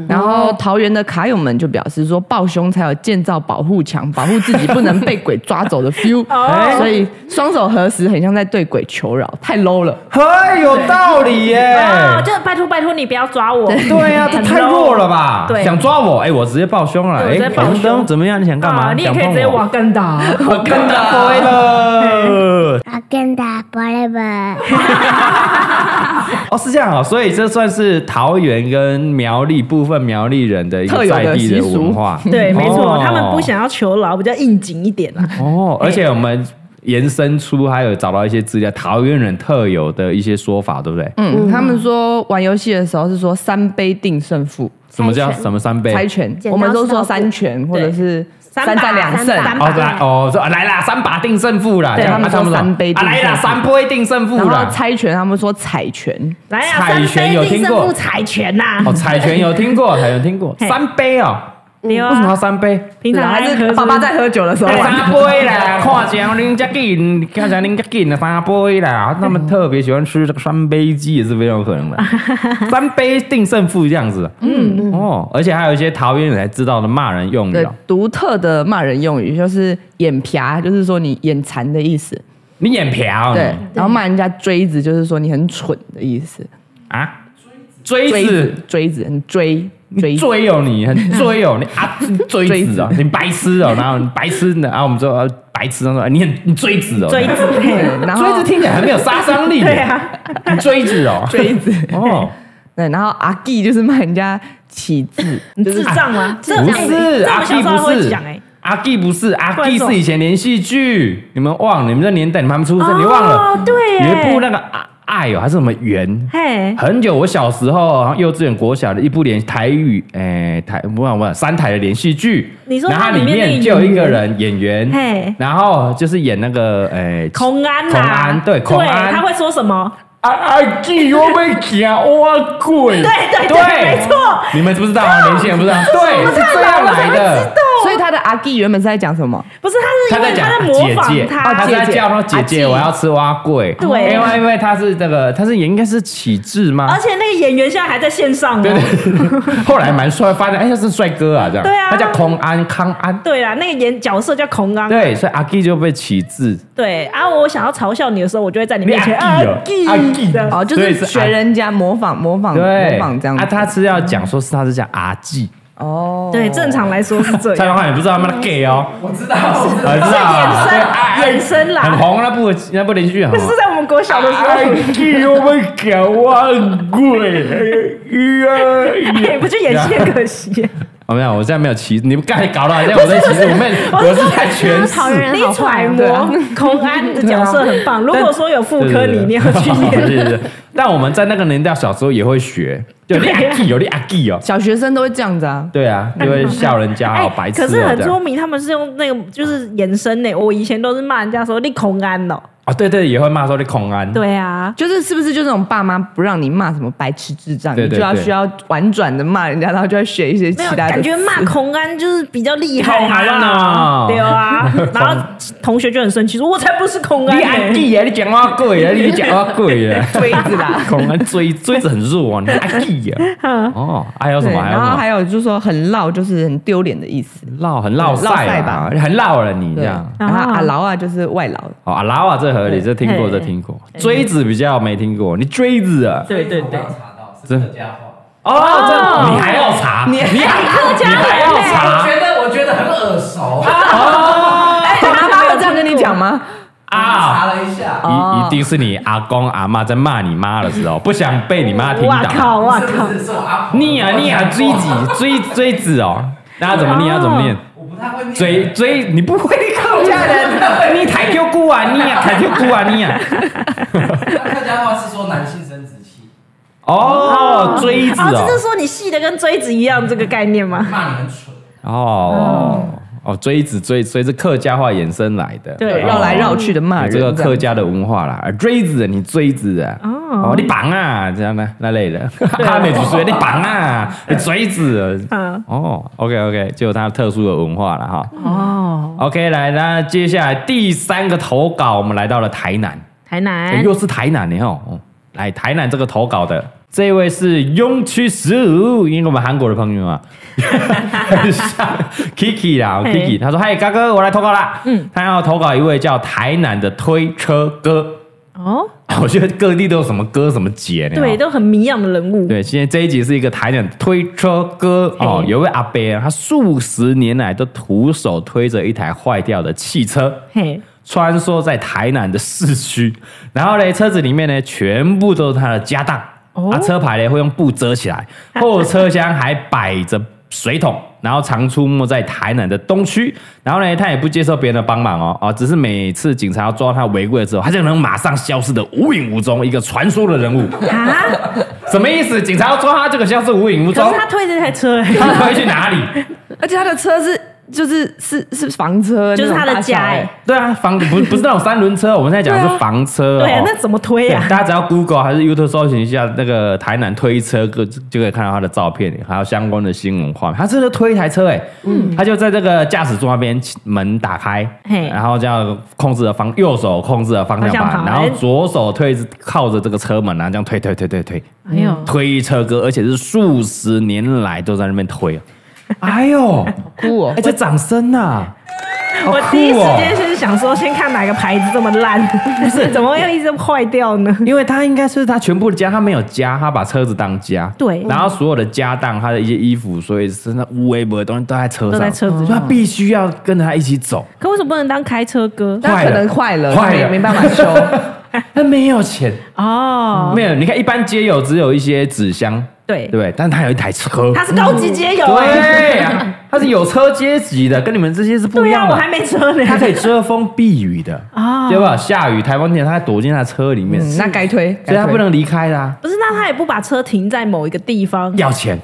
[SPEAKER 3] 然后桃园的卡友们就表示说抱胸才有建造保护墙，保护自己不能被鬼抓走的 feel，
[SPEAKER 2] 哦
[SPEAKER 3] 所以双手合十很像在对鬼求饶，太 low 了。
[SPEAKER 1] 很有道理耶。
[SPEAKER 2] 哦，就拜托拜托你不要抓我，
[SPEAKER 1] 对呀，这
[SPEAKER 2] 很
[SPEAKER 1] 太弱
[SPEAKER 2] low
[SPEAKER 1] 了吧？
[SPEAKER 2] 对
[SPEAKER 1] 想抓我，哎，我直接抱胸了，
[SPEAKER 2] 对我直
[SPEAKER 1] 哎
[SPEAKER 2] 接，抱
[SPEAKER 1] 红灯
[SPEAKER 2] 胸
[SPEAKER 1] 怎么样？你想干嘛？
[SPEAKER 2] 啊你也
[SPEAKER 1] 想
[SPEAKER 2] 可以
[SPEAKER 1] 碰
[SPEAKER 2] 直接
[SPEAKER 1] 我
[SPEAKER 2] 往啊更大，
[SPEAKER 1] 我跟他哎飞了。
[SPEAKER 6] Wakanda forever.
[SPEAKER 1] 哦，是这样哦，所以这算是桃园跟苗栗部分苗栗人的一个
[SPEAKER 3] 特有的
[SPEAKER 1] 在地的
[SPEAKER 3] 习俗
[SPEAKER 1] 文 化。
[SPEAKER 2] 对，没错
[SPEAKER 1] 哦，
[SPEAKER 2] 他们不想要求饶，比较应景一点啊。
[SPEAKER 1] 哦，而且我们延伸出还有找到一些资料，桃园人特有的一些说法，对不对？
[SPEAKER 3] 嗯，他们说玩游戏的时候是说三杯定胜负，
[SPEAKER 1] 什么叫
[SPEAKER 4] 猜拳
[SPEAKER 1] 什么三杯？
[SPEAKER 3] 猜拳，
[SPEAKER 4] 剪刀
[SPEAKER 3] 我们都说
[SPEAKER 4] 石头布
[SPEAKER 3] 三拳或者是
[SPEAKER 2] 三
[SPEAKER 3] 三
[SPEAKER 2] 把
[SPEAKER 3] 战两胜
[SPEAKER 4] 三。把
[SPEAKER 1] 哦来哦，说啊来啦，三把定胜负啦，
[SPEAKER 3] 对
[SPEAKER 1] 这样
[SPEAKER 3] 他们
[SPEAKER 1] 啊
[SPEAKER 3] 说
[SPEAKER 1] 说
[SPEAKER 3] 三杯
[SPEAKER 1] 啊
[SPEAKER 3] 定
[SPEAKER 1] 来啦，
[SPEAKER 3] 胜负
[SPEAKER 1] 三杯定胜负
[SPEAKER 3] 然
[SPEAKER 1] 啦
[SPEAKER 3] 后。猜拳，他们说彩拳，
[SPEAKER 2] 来啊，
[SPEAKER 1] 彩
[SPEAKER 2] 三
[SPEAKER 1] 拳
[SPEAKER 2] 杯
[SPEAKER 1] 有
[SPEAKER 2] 定
[SPEAKER 1] 听
[SPEAKER 2] 胜
[SPEAKER 1] 过
[SPEAKER 2] 负彩拳呐
[SPEAKER 1] 哦哦，，彩拳有听过，彩拳有听过，
[SPEAKER 2] 嘿
[SPEAKER 1] 三杯哦，
[SPEAKER 2] 对
[SPEAKER 1] 为什么要
[SPEAKER 2] 啊，
[SPEAKER 1] 三杯？
[SPEAKER 2] 平常
[SPEAKER 3] 还
[SPEAKER 2] 爱
[SPEAKER 3] 是
[SPEAKER 2] 喝
[SPEAKER 3] 爸爸在喝酒的时候玩
[SPEAKER 1] 三杯啦，看起来恁家紧，看起来恁家紧的三杯啦。他们特别喜欢吃这个三杯鸡，也是非常有可能的。三杯定胜负这样子，嗯哦，而且还有一些桃园人才知道的骂人用语
[SPEAKER 3] 对
[SPEAKER 1] 哦，
[SPEAKER 3] 独特的骂人用语，就是眼瓢，就是说你眼馋的意思。
[SPEAKER 1] 你眼瓢
[SPEAKER 3] 对，然后骂人家锥子，就是说你很蠢的意思。
[SPEAKER 1] 啊，锥
[SPEAKER 3] 锥子
[SPEAKER 1] 子，
[SPEAKER 3] 锥子，很追
[SPEAKER 1] 你
[SPEAKER 3] 追子。
[SPEAKER 1] 追哦你，很追哦你啊，你锥子哦，你白痴哦，然后你白痴呢，然后我们说呃白痴，他说你很你锥子哦，
[SPEAKER 2] 锥子，
[SPEAKER 3] 对然后
[SPEAKER 1] 锥子听起来很没有杀伤力，
[SPEAKER 2] 对啊，
[SPEAKER 1] 你锥子哦，
[SPEAKER 3] 锥子，
[SPEAKER 1] 哦。
[SPEAKER 3] 对，然后阿 G 就是骂人家起字，
[SPEAKER 2] 你
[SPEAKER 3] 就是
[SPEAKER 2] 智障吗？这
[SPEAKER 1] 不
[SPEAKER 2] 哎
[SPEAKER 1] 是
[SPEAKER 2] 这
[SPEAKER 1] 阿
[SPEAKER 2] 我小
[SPEAKER 1] K
[SPEAKER 2] 时候还
[SPEAKER 1] 不
[SPEAKER 2] 会
[SPEAKER 1] 是
[SPEAKER 2] 讲哎，
[SPEAKER 1] 阿 K 不是阿
[SPEAKER 2] 不然
[SPEAKER 1] K
[SPEAKER 2] 是什么
[SPEAKER 1] 是以前连续剧，你们忘了？你们这年代，你们还没出生，你忘了？
[SPEAKER 2] 哦对耶
[SPEAKER 1] 有一部那个爱爱哦，还是什么缘？
[SPEAKER 2] 嘿，
[SPEAKER 1] 很久，我小时候，然后幼稚园、国小的一部连台语，哎、台不不不，三台的连续剧。
[SPEAKER 2] 你说
[SPEAKER 1] 然后它
[SPEAKER 2] 它里
[SPEAKER 1] 里
[SPEAKER 2] 面那
[SPEAKER 1] 面
[SPEAKER 2] 个
[SPEAKER 1] 就有一
[SPEAKER 2] 演
[SPEAKER 1] 个
[SPEAKER 2] 员
[SPEAKER 1] 人演员
[SPEAKER 2] 嘿，
[SPEAKER 1] 然后就是演那个，哎、
[SPEAKER 2] 孔安呐，
[SPEAKER 1] 孔安对孔安
[SPEAKER 2] 他会说什么？
[SPEAKER 1] 阿啊阿记我被夹我鬼，
[SPEAKER 2] 对对对没错，
[SPEAKER 1] 你们不知道啊，年轻人不知道，对，是这样来的。
[SPEAKER 3] 所以他的阿 G 原本是在讲什么？
[SPEAKER 2] 不是，他
[SPEAKER 1] 他
[SPEAKER 2] 是因
[SPEAKER 1] 在
[SPEAKER 2] 为
[SPEAKER 1] 讲
[SPEAKER 2] 他在模
[SPEAKER 1] 姐
[SPEAKER 2] 仿
[SPEAKER 1] 姐，啊
[SPEAKER 2] 他，
[SPEAKER 1] 他是在叫他姐姐，
[SPEAKER 3] 啊
[SPEAKER 1] 我要吃蛙桂。
[SPEAKER 2] 对
[SPEAKER 1] 因为因为他是那个，他是也应该是启智吗
[SPEAKER 2] 而？且那个演员现在还在线上哦。
[SPEAKER 1] 对对，后来蛮帅，发现哎，他是帅哥啊，这样。
[SPEAKER 2] 对啊
[SPEAKER 1] 他叫孔安康安。
[SPEAKER 2] 对啦，那个演角色叫孔刚。
[SPEAKER 1] 对，所以阿 K 就被启智，
[SPEAKER 2] 对，然后我想要嘲笑你的时候，我就会在你面啊前
[SPEAKER 1] 你阿 G 哦
[SPEAKER 2] ，G
[SPEAKER 1] 阿 G
[SPEAKER 2] 这样
[SPEAKER 3] 哦，就
[SPEAKER 1] 对
[SPEAKER 3] 是
[SPEAKER 1] 是
[SPEAKER 3] 学
[SPEAKER 1] 阿
[SPEAKER 3] 人家模仿模仿模
[SPEAKER 1] 对，
[SPEAKER 3] 仿这样
[SPEAKER 1] 啊，
[SPEAKER 3] 子。
[SPEAKER 1] 他是要讲说是他是叫阿 G，
[SPEAKER 3] 哦，
[SPEAKER 2] 对，正常来说是 这
[SPEAKER 1] 蔡
[SPEAKER 2] 样。
[SPEAKER 1] 康永也不知道他们的啊 gay 哦，我知道，我知
[SPEAKER 2] 是
[SPEAKER 1] 道，
[SPEAKER 2] 衍生，衍生
[SPEAKER 1] 哎很哎
[SPEAKER 2] 啦，
[SPEAKER 1] 红那部那部连续剧很红。
[SPEAKER 2] 是在我们国小的时候，
[SPEAKER 1] G 我被夹万贵，
[SPEAKER 2] 哎， 不去演戏很可惜。
[SPEAKER 1] 我哦没有，我现在没有歧 视，你们刚才搞得好像我在歧视，我们我是在诠
[SPEAKER 4] 桃
[SPEAKER 1] 释。
[SPEAKER 4] 园人
[SPEAKER 2] 你
[SPEAKER 4] 好坏
[SPEAKER 2] 揣
[SPEAKER 4] 哦，
[SPEAKER 2] 摩孔安的角色很棒，如果说有妇
[SPEAKER 1] 啊对
[SPEAKER 2] 科，
[SPEAKER 1] 对对哦
[SPEAKER 2] 你一定要 去
[SPEAKER 1] 是
[SPEAKER 2] 演。
[SPEAKER 1] 是是但我们在那个年代小时候也会学，就你阿 G 有你阿 G 哦，
[SPEAKER 3] 小学生都会这样子啊。
[SPEAKER 1] 对啊，就会笑人家好白痴
[SPEAKER 2] 哎可
[SPEAKER 1] 哦
[SPEAKER 2] 是很
[SPEAKER 1] 这
[SPEAKER 2] 多
[SPEAKER 1] 样。
[SPEAKER 2] 迷他们是用那个就是延伸呢，我以前都是骂人家说你孔安哦，
[SPEAKER 1] 哦，对对，也会骂说你孔安，
[SPEAKER 2] 对啊，
[SPEAKER 3] 就是是不是就那种爸妈不让你骂什么白痴智障，
[SPEAKER 1] 对对
[SPEAKER 3] 你就要
[SPEAKER 1] 对
[SPEAKER 3] 需要婉转的骂人家，然后就要学一些其
[SPEAKER 2] 没有
[SPEAKER 3] 他的。
[SPEAKER 2] 感觉 骂孔安就是比较厉害，
[SPEAKER 1] 孔安哦
[SPEAKER 2] 好不好对 啊，然后同学就很生气说：“我才不是孔安
[SPEAKER 1] 你
[SPEAKER 2] 呢、
[SPEAKER 1] 阿 G 啊，你讲话贵啊，你讲话贵啊，。
[SPEAKER 3] 锥子啦
[SPEAKER 1] 孔安锥锥子很弱啊，你阿 G 啊，哦，还有什
[SPEAKER 3] 对，
[SPEAKER 1] 么？还有什
[SPEAKER 3] 然后
[SPEAKER 1] 么
[SPEAKER 3] 还？有就是说很绕，就是很丢脸的意思。
[SPEAKER 1] 绕很绕
[SPEAKER 3] 绕
[SPEAKER 1] 赛
[SPEAKER 3] 赛
[SPEAKER 1] 吧
[SPEAKER 3] 吧，
[SPEAKER 1] 很绕了你这
[SPEAKER 3] 对，
[SPEAKER 1] 样
[SPEAKER 3] 然。后阿劳啊就是外劳，
[SPEAKER 1] 哦，阿拉瓦这合理，
[SPEAKER 3] 对
[SPEAKER 1] 这听过，这听过。锥子比较没听过，你锥子啊，
[SPEAKER 2] 对对对，
[SPEAKER 1] 真的家话。哦，这你还要查？你你还你还要查？
[SPEAKER 5] 觉得我觉得很耳熟，
[SPEAKER 3] 哎，妈妈有这样跟你讲吗？
[SPEAKER 1] 啊！
[SPEAKER 5] 查了一下，
[SPEAKER 1] 一一定是你阿公阿妈在骂你妈的时候，不想被你妈听
[SPEAKER 2] 哇
[SPEAKER 1] 到。
[SPEAKER 2] 靠哇
[SPEAKER 5] 是
[SPEAKER 2] 靠
[SPEAKER 5] 不，是是我阿婆
[SPEAKER 1] 你啊你啊，锥子锥锥子哦，大家怎么念？要怎么念？
[SPEAKER 5] 我不太会念
[SPEAKER 1] 锥锥，你不会你客家人，你台 Q 姑啊你啊，台 Q 姑啊你啊。
[SPEAKER 5] 那客家话是说男性生殖器，
[SPEAKER 1] 哦，锥子
[SPEAKER 2] 然后
[SPEAKER 1] 哦
[SPEAKER 2] 啊这。是说你细的跟锥子一样这个概念吗？
[SPEAKER 5] 骂你很蠢，
[SPEAKER 1] 哦、哦，锥子锥锥是客家话衍生来的，
[SPEAKER 2] 对
[SPEAKER 1] 哦
[SPEAKER 3] 绕来绕去的骂
[SPEAKER 1] 有
[SPEAKER 3] 人
[SPEAKER 1] 这个
[SPEAKER 3] 啊这样
[SPEAKER 1] 客家的文化啦，啊锥子你锥子啊，
[SPEAKER 2] 哦
[SPEAKER 1] 哦你绑啊这样的那类的，他美就说你绑啊，你锥子啊，
[SPEAKER 2] 嗯，
[SPEAKER 1] 哦，OK OK，就有它特殊的文化了哈。
[SPEAKER 3] 哦，
[SPEAKER 1] OK，来，那接下来第三个投稿，我们来到了台南，
[SPEAKER 2] 台
[SPEAKER 1] 哎
[SPEAKER 2] 南
[SPEAKER 1] 又是台南的哦。哦来，台南这个投稿的这位是庸区十五，因为我们韩国的朋友 啊，很像 Kiki 啦哦
[SPEAKER 2] 嘿
[SPEAKER 1] ，Kiki，他说：“嗨，嘎哥，我来投稿啦。”嗯，他要投稿一位叫台南的推车哥。
[SPEAKER 2] 哦，
[SPEAKER 1] 我觉得各地都有什么哥什么姐呢？哦
[SPEAKER 2] 对，都很迷样的人物，
[SPEAKER 1] 对，今天这一集是一个台南推车哥哦，
[SPEAKER 2] 嘿
[SPEAKER 1] 有一位阿伯啊，他数十年来都徒手推着一台坏掉的汽车，
[SPEAKER 2] 嘿，
[SPEAKER 1] 穿梭在台南的市区， 然后呢，车子里面呢全部都是他的家当，
[SPEAKER 2] 哦
[SPEAKER 1] 啊，车牌呢会用布遮起 来，
[SPEAKER 2] 啊
[SPEAKER 1] 后车厢还摆着水桶，然后常出没在台南的东区，然后呢，他也不接受别人的帮忙哦，啊，只是每次警察要抓他违规的时候，他就能马上消失的无影无踪，一个传说的人物，
[SPEAKER 2] 啊，
[SPEAKER 1] 什么意思？警察要抓他，这个消失无影无
[SPEAKER 2] 可
[SPEAKER 1] 踪
[SPEAKER 2] 是，他推这台车，哎
[SPEAKER 1] 他会去哪里？
[SPEAKER 3] 而且他的车是就是是是房车，
[SPEAKER 2] 就是他的
[SPEAKER 3] 那种大小
[SPEAKER 2] 家
[SPEAKER 3] 欸
[SPEAKER 2] 欸
[SPEAKER 1] 对啊，房不是不是那种三轮车，我们现在讲的是房车、哦
[SPEAKER 2] 对啊，那怎么推
[SPEAKER 1] 对
[SPEAKER 2] 啊？
[SPEAKER 1] 大家只要 Google 还是 YouTube 搜寻一下那个台南推车，就就可以看到他的照片，还有相关的新闻画面。他真的推一台车哎、嗯，他就在这个驾驶座那边门打开，
[SPEAKER 2] 嘿
[SPEAKER 1] 然后这样控制了方右手控制了方向
[SPEAKER 2] 方向
[SPEAKER 1] 盘，
[SPEAKER 2] 盘
[SPEAKER 1] 然后左手推着靠着这个车门，然后啊这样推推推推推
[SPEAKER 2] 哎呦，
[SPEAKER 1] 推车哥，而且是数十年来都在那边推。哎呦，
[SPEAKER 3] 酷哦
[SPEAKER 1] 哎、，这掌声呐、啊！好
[SPEAKER 2] 我
[SPEAKER 1] 酷
[SPEAKER 2] 第一时
[SPEAKER 1] 哦！
[SPEAKER 2] 间是想说，先看哪个牌子这么烂， 不是怎么会一直坏掉呢？
[SPEAKER 1] 因为他应该是他全部的家，他没有家，他把车子当家。
[SPEAKER 2] 对
[SPEAKER 1] 然后所有的家当，他的一些衣服，所以身上无微不的东西都在车上，
[SPEAKER 2] 都在车子
[SPEAKER 1] 所以他必须
[SPEAKER 2] 哦
[SPEAKER 1] 要跟着他一起走。
[SPEAKER 2] 可为什么不能当开车哥？
[SPEAKER 3] 那
[SPEAKER 1] 坏
[SPEAKER 3] 可
[SPEAKER 1] 了
[SPEAKER 3] 能坏了，
[SPEAKER 1] 坏
[SPEAKER 3] 也
[SPEAKER 1] 了
[SPEAKER 3] 没办法 修。
[SPEAKER 1] 他没有钱，
[SPEAKER 2] 哦，
[SPEAKER 1] 没有。你看，一般街友只有一些纸箱，
[SPEAKER 2] 对
[SPEAKER 1] 对不对，但他有一台车，
[SPEAKER 2] 他是高级街友哎，
[SPEAKER 1] 对啊，他是有车阶级的，跟你们这些是不一
[SPEAKER 2] 对呀，啊
[SPEAKER 1] 样
[SPEAKER 2] 我
[SPEAKER 1] 的。
[SPEAKER 2] 还没车呢。
[SPEAKER 1] 他可以遮风避雨的
[SPEAKER 2] 哦
[SPEAKER 1] 对吧？下雨、台风天，他躲进他的车里面，
[SPEAKER 3] 嗯，那该推，
[SPEAKER 1] 所以他
[SPEAKER 3] 该推
[SPEAKER 1] 不能离开啦、
[SPEAKER 2] 不是，那他也不把车停在某一个地方。
[SPEAKER 1] 要钱。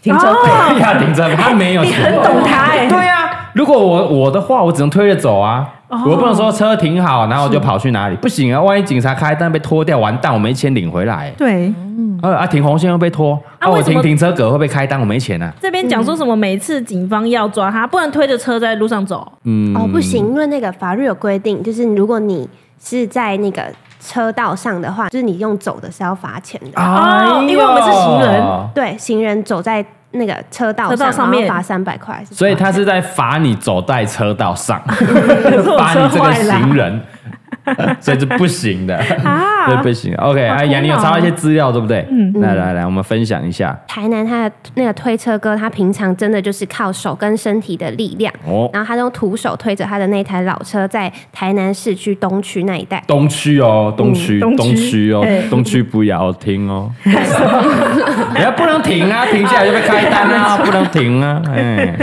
[SPEAKER 3] 停车费。
[SPEAKER 2] 哦
[SPEAKER 1] 要顶着，他没有
[SPEAKER 2] 你
[SPEAKER 1] 钱。
[SPEAKER 2] 很懂他 哎、
[SPEAKER 1] 对呀、如果我我的话，我只能推着走啊，
[SPEAKER 2] 哦
[SPEAKER 1] 我不能说车停好，然后我就跑去哪里，不行啊！万一警察开单被拖掉，完蛋，我没钱领回来。
[SPEAKER 2] 对，
[SPEAKER 1] 啊啊，停红线会被拖，
[SPEAKER 2] 嗯啊
[SPEAKER 1] 啊，我
[SPEAKER 2] 为什么
[SPEAKER 1] 停停车格会被开单，我没钱啊。
[SPEAKER 2] 这边讲说什么？每次警方要抓他，不能推着车在路上 走。
[SPEAKER 4] 哦，不行，因为那个法律有规定，就是如果你是在那个车道上的话，就是你用走的是要罚钱的。
[SPEAKER 2] 哦
[SPEAKER 1] 哎呦
[SPEAKER 2] 因为我们是行人，
[SPEAKER 4] 对，行人走在那个车道
[SPEAKER 2] 车道上面
[SPEAKER 4] 然后罚三百块，
[SPEAKER 1] 所以他是在罚你走在车道 上，
[SPEAKER 2] 我
[SPEAKER 1] 罚你这
[SPEAKER 2] 车
[SPEAKER 1] 个
[SPEAKER 2] 坏了
[SPEAKER 1] 行 人，所以是不行的，
[SPEAKER 2] 啊
[SPEAKER 1] 这不行。OK，
[SPEAKER 2] 好
[SPEAKER 1] 啊，
[SPEAKER 2] 苦恼
[SPEAKER 1] 杨，你有查到一些资料对不对？
[SPEAKER 2] 嗯
[SPEAKER 1] 来来来，我们分享一下。
[SPEAKER 4] 台南他的那个推车哥，他平常真的就是靠手跟身体的力量，
[SPEAKER 1] 哦
[SPEAKER 4] 然后他用徒手推着他的那台老车，在台南市区东区那一带。
[SPEAKER 1] 东区哦，东
[SPEAKER 4] 嗯
[SPEAKER 1] 区，
[SPEAKER 2] 东区
[SPEAKER 1] 东区哦
[SPEAKER 2] 哎，
[SPEAKER 1] 东区不要停哦， 人家不能停啊，停下来就被开单啊，不能停 啊，哎，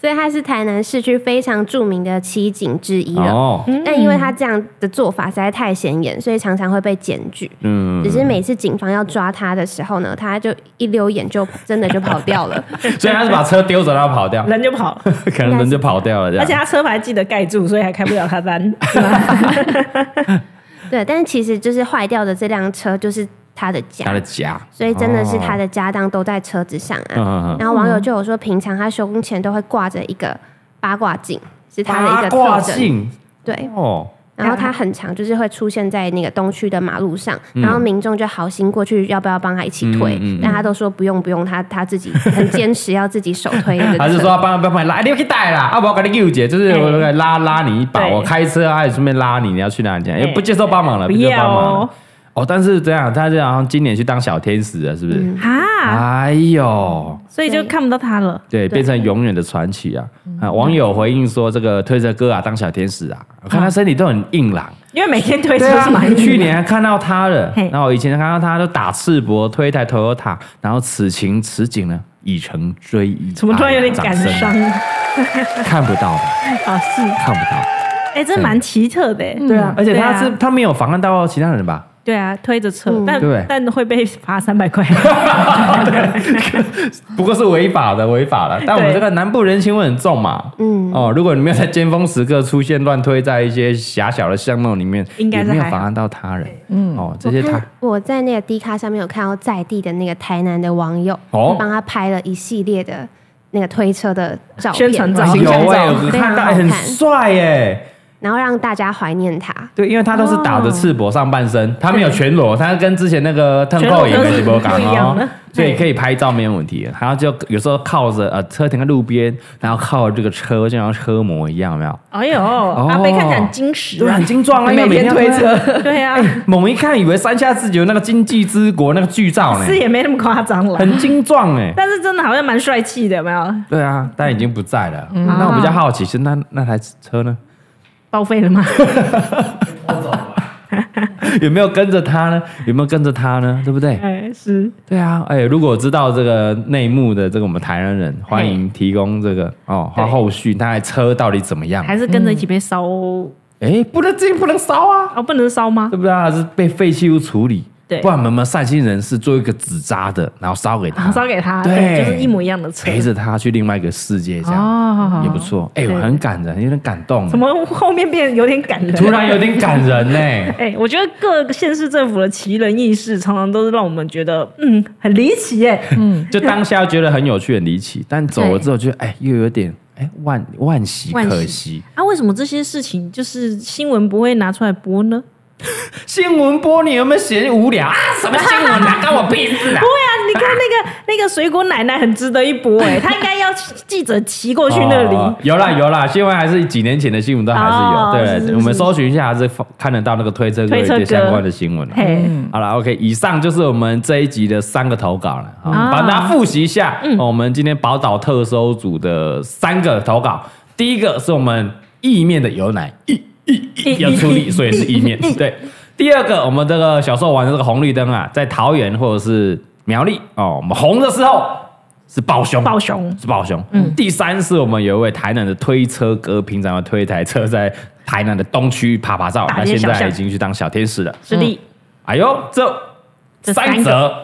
[SPEAKER 4] 所以他是台南市区非常著名的骑警之一了。
[SPEAKER 1] 哦，
[SPEAKER 4] 但因为他这样的做法实在太显眼，所以常常会被检举。
[SPEAKER 1] 嗯
[SPEAKER 4] 只，是每次警方要抓他的时候呢，他就一溜眼就真的就跑掉 了。
[SPEAKER 1] 所以他是把车丢着然后跑 掉，
[SPEAKER 2] 人就跑了，
[SPEAKER 1] 可能人就跑掉了这
[SPEAKER 2] 而且
[SPEAKER 1] 样。
[SPEAKER 2] 他车牌记得盖住，所以还开不了哦他 单。是吧
[SPEAKER 4] 对，但是其实就是坏掉的这辆车就是他的家
[SPEAKER 1] 他，的家，
[SPEAKER 4] 所以真的是他的家当都在车子上
[SPEAKER 1] 哦
[SPEAKER 4] 啊。
[SPEAKER 1] 嗯嗯嗯
[SPEAKER 4] 然后网友就有说，平常他胸前都会挂着一个八卦镜，是他的一
[SPEAKER 1] 八
[SPEAKER 4] 个
[SPEAKER 1] 卦
[SPEAKER 4] 特征。
[SPEAKER 1] 镜
[SPEAKER 4] 对，
[SPEAKER 1] 哦，
[SPEAKER 4] 然后他很常就是会出现在那个东区的马路上，然后民众就好心过去要不要帮他一起
[SPEAKER 1] 嗯
[SPEAKER 4] 推，
[SPEAKER 1] 嗯嗯嗯
[SPEAKER 4] 但他都说不用不用，他他自己很坚持要自己手推那个车。
[SPEAKER 1] 他是说帮帮帮你拉，哎你去带啦，啊，我要给你纠结，就是我来拉拉你一把，
[SPEAKER 2] 对
[SPEAKER 1] 我开车啊，也顺便拉你，你要去哪里这样，也不接受帮忙了，
[SPEAKER 2] 不
[SPEAKER 1] 不接受
[SPEAKER 2] 要
[SPEAKER 1] 帮忙
[SPEAKER 2] 哦
[SPEAKER 1] 了。哦，但是这样，他这样好像今年去当小天使了，是不是？
[SPEAKER 2] 啊，
[SPEAKER 1] 哎呦，
[SPEAKER 2] 所以就看不到他了。
[SPEAKER 1] 对，变成永远的传奇啊！
[SPEAKER 2] 嗯
[SPEAKER 1] 啊，网友回应说，这个推着哥啊，当小天使啊，我看他身体都很硬朗。
[SPEAKER 2] 因为每天推车
[SPEAKER 1] 对啊
[SPEAKER 2] 哎是蛮，
[SPEAKER 1] 去年还看到他了
[SPEAKER 2] 嘿，
[SPEAKER 1] 然后我以前看到他都打赤膊推一台 Toyota，然后此情此景呢，已成追忆。
[SPEAKER 2] 怎么突然有点感
[SPEAKER 1] 哎呀
[SPEAKER 2] 伤
[SPEAKER 1] 掌声
[SPEAKER 2] 啊？
[SPEAKER 1] 看不到的，
[SPEAKER 2] 是，
[SPEAKER 1] 看不到。
[SPEAKER 2] 哎，这蛮奇特的。
[SPEAKER 1] 对啊，而且
[SPEAKER 2] 对
[SPEAKER 1] 他
[SPEAKER 2] 啊
[SPEAKER 1] 是他没有妨碍到其他人吧？
[SPEAKER 2] 对啊，推着车，但
[SPEAKER 1] 对
[SPEAKER 2] 但会被罚三 百块。
[SPEAKER 1] 不过是违法的，违法的。但我们这个南部人情味很重嘛。嗯，哦，如果你没有在尖峰时刻出现乱推在一些狭小的巷弄里面，
[SPEAKER 2] 应该
[SPEAKER 1] 也
[SPEAKER 2] 是
[SPEAKER 1] 没有
[SPEAKER 2] 还好
[SPEAKER 1] 妨碍到他人。嗯，哦，这些
[SPEAKER 4] 我
[SPEAKER 1] 他
[SPEAKER 4] 看我在那个 D 卡上面有看到在地的那个台南的网友，
[SPEAKER 1] 哦
[SPEAKER 4] 帮他拍了一系列的那个推车的照
[SPEAKER 2] 宣
[SPEAKER 4] 片、
[SPEAKER 2] 传照
[SPEAKER 4] 形
[SPEAKER 1] 有
[SPEAKER 4] 象照
[SPEAKER 1] 哎，我
[SPEAKER 4] 非
[SPEAKER 1] 看
[SPEAKER 4] 常
[SPEAKER 1] 到
[SPEAKER 4] 好
[SPEAKER 1] 哎很
[SPEAKER 4] 看，
[SPEAKER 1] 帅哎。
[SPEAKER 4] 然后让大家怀念他。
[SPEAKER 1] 对，因为他都是打着赤膊上半身，他没有全裸，他跟之前那个腾扣也没什么感
[SPEAKER 2] 全裸都是不一样
[SPEAKER 1] 哦
[SPEAKER 2] 的，
[SPEAKER 1] 所以可以拍照没有问题。然后就有时候靠着呃车停在路边，然后靠着这个车，就像车模一样，有没有？
[SPEAKER 2] 哎呦，阿贝看起来很矜持
[SPEAKER 1] 对，
[SPEAKER 2] 啊
[SPEAKER 1] 很。精壮啊，因为
[SPEAKER 3] 每
[SPEAKER 1] 每
[SPEAKER 3] 天推车，
[SPEAKER 2] 对啊，
[SPEAKER 1] 猛一看以为山下自己有那个经济之国那个剧照呢
[SPEAKER 2] 是，也没那么夸张了，
[SPEAKER 1] 很精壮哎。
[SPEAKER 2] 但是真的好像蛮帅气的，有没有？
[SPEAKER 1] 对啊，但已经不在了。
[SPEAKER 2] 嗯
[SPEAKER 1] 那我比较好奇是那那台车呢，
[SPEAKER 2] 报废了吗？
[SPEAKER 5] 拖走了吧？
[SPEAKER 1] 有没有跟着他呢？有没有跟着他呢？对不对？
[SPEAKER 2] 哎，是
[SPEAKER 1] 对啊，哎，如果知道这个内幕的这个我们台湾人，欢迎提供这个哦，他
[SPEAKER 2] 对
[SPEAKER 1] 后续那台车到底怎么样？
[SPEAKER 2] 还是跟着一起被烧？哦，
[SPEAKER 1] 嗯
[SPEAKER 2] 哦
[SPEAKER 1] 哎，不能这不能烧啊，
[SPEAKER 2] 不能烧吗？
[SPEAKER 1] 对不对啊？是被废弃物处理。
[SPEAKER 2] 对
[SPEAKER 1] 不然我们善心人士做一个纸扎的，然后烧给
[SPEAKER 2] 然
[SPEAKER 1] 他，
[SPEAKER 2] 后啊烧给他，
[SPEAKER 1] 对，
[SPEAKER 2] 对，就是一模一样的车。
[SPEAKER 1] 陪着他去另外一个世界，这样
[SPEAKER 3] 哦，好好
[SPEAKER 1] 也不错。哎，
[SPEAKER 2] 对
[SPEAKER 1] 我很感人，有点感动，
[SPEAKER 2] 怎么后面变得有点感人？啊
[SPEAKER 1] 突然有点感人呢？
[SPEAKER 2] 哎、我觉得各个县市政府的奇人异事，常常都是让我们觉得，嗯，很离奇耶、
[SPEAKER 1] 就当下觉得很有趣、很离奇，但走了之后觉得，哎，又有点哎万万喜
[SPEAKER 2] 万喜
[SPEAKER 1] 可惜。
[SPEAKER 2] 啊，为什么这些事情就是新闻不会拿出来播呢？
[SPEAKER 1] 新闻播你有没有嫌无聊啊？什么新闻啊？关我屁事啊
[SPEAKER 2] 不！会啊，你看那个那个水果奶奶很值得一播 哎、她应该要记者骑过去那里。
[SPEAKER 1] 哦有啦有啦，新闻还是几年前的新闻都还是有，
[SPEAKER 2] 哦
[SPEAKER 1] 对
[SPEAKER 2] 是是是
[SPEAKER 1] 我们搜寻一下还是看得到那个推车歌
[SPEAKER 2] 推车
[SPEAKER 1] 的
[SPEAKER 2] 歌
[SPEAKER 1] 相关的新闻啊。
[SPEAKER 2] 嘿、
[SPEAKER 1] 好了，OK，以上就是我们这一集的三个投稿了，好
[SPEAKER 2] 啊
[SPEAKER 1] 帮大家复习一下、哦我们今天宝岛特搜组的三个投稿。第一个是我们意面的牛奶，意意意要出力，所以是意面。对，第二个我们这个小时候玩的这个红绿灯啊，在桃园或者是苗栗哦，我们红的时候是抱胸，
[SPEAKER 2] 抱熊
[SPEAKER 1] 是宝熊。嗯，第三是我们有一位台南的推车哥，平常要推一台车在台南的东区爬爬照，
[SPEAKER 2] 打
[SPEAKER 1] 那
[SPEAKER 2] 猎
[SPEAKER 1] 现
[SPEAKER 2] 小
[SPEAKER 1] 在
[SPEAKER 2] 巷
[SPEAKER 1] 已经去当小天使了。
[SPEAKER 2] 是的，
[SPEAKER 1] 哎呦，这
[SPEAKER 2] 这
[SPEAKER 1] 三
[SPEAKER 2] 三嗯
[SPEAKER 1] 则，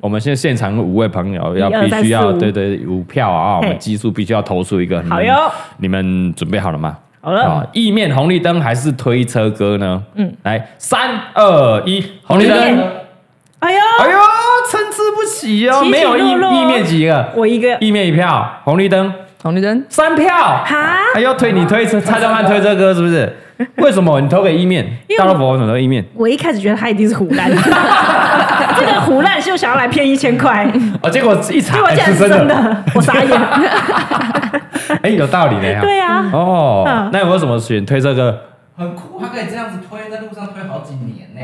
[SPEAKER 1] 我们现在现场有五位朋友要
[SPEAKER 2] 一二
[SPEAKER 1] 必
[SPEAKER 2] 三
[SPEAKER 1] 须要
[SPEAKER 2] 四五
[SPEAKER 1] 对对五票啊，我
[SPEAKER 2] 嘿
[SPEAKER 1] 们基数必须要投出一个。你们
[SPEAKER 2] 好哟，
[SPEAKER 1] 你们准备好了吗？
[SPEAKER 2] 嗯好了
[SPEAKER 1] 啊意面红绿灯还是推车哥呢？嗯，来，三二一，红绿灯。
[SPEAKER 2] 意面哎呦，
[SPEAKER 1] 哎呦，参差不齐哦，
[SPEAKER 2] 起起
[SPEAKER 1] 没有意
[SPEAKER 2] 落落哦
[SPEAKER 1] 意面几个，
[SPEAKER 2] 我一个
[SPEAKER 1] 意面一票，红绿灯
[SPEAKER 3] 红绿灯，
[SPEAKER 1] 三票，
[SPEAKER 2] 哈
[SPEAKER 1] 还要推你推车蔡宗汉推车哥是不是？为什么你投给意面
[SPEAKER 2] 因为？
[SPEAKER 1] 大萝卜为什么投意面？
[SPEAKER 2] 我一开始觉得他一定是虎 烂，这个虎烂就想要来骗一千块，结
[SPEAKER 1] 哦，结果一查
[SPEAKER 2] 果
[SPEAKER 1] 哎
[SPEAKER 2] 竟然
[SPEAKER 1] 是
[SPEAKER 2] 哎是真
[SPEAKER 1] 真的，
[SPEAKER 2] 的，我傻 眼。
[SPEAKER 1] 哎，有道理的。
[SPEAKER 2] 对啊，
[SPEAKER 1] 哦
[SPEAKER 2] 嗯，
[SPEAKER 1] 那你为什么选推这个？
[SPEAKER 5] 很酷，他可以这样子推，在路上推好几年呢、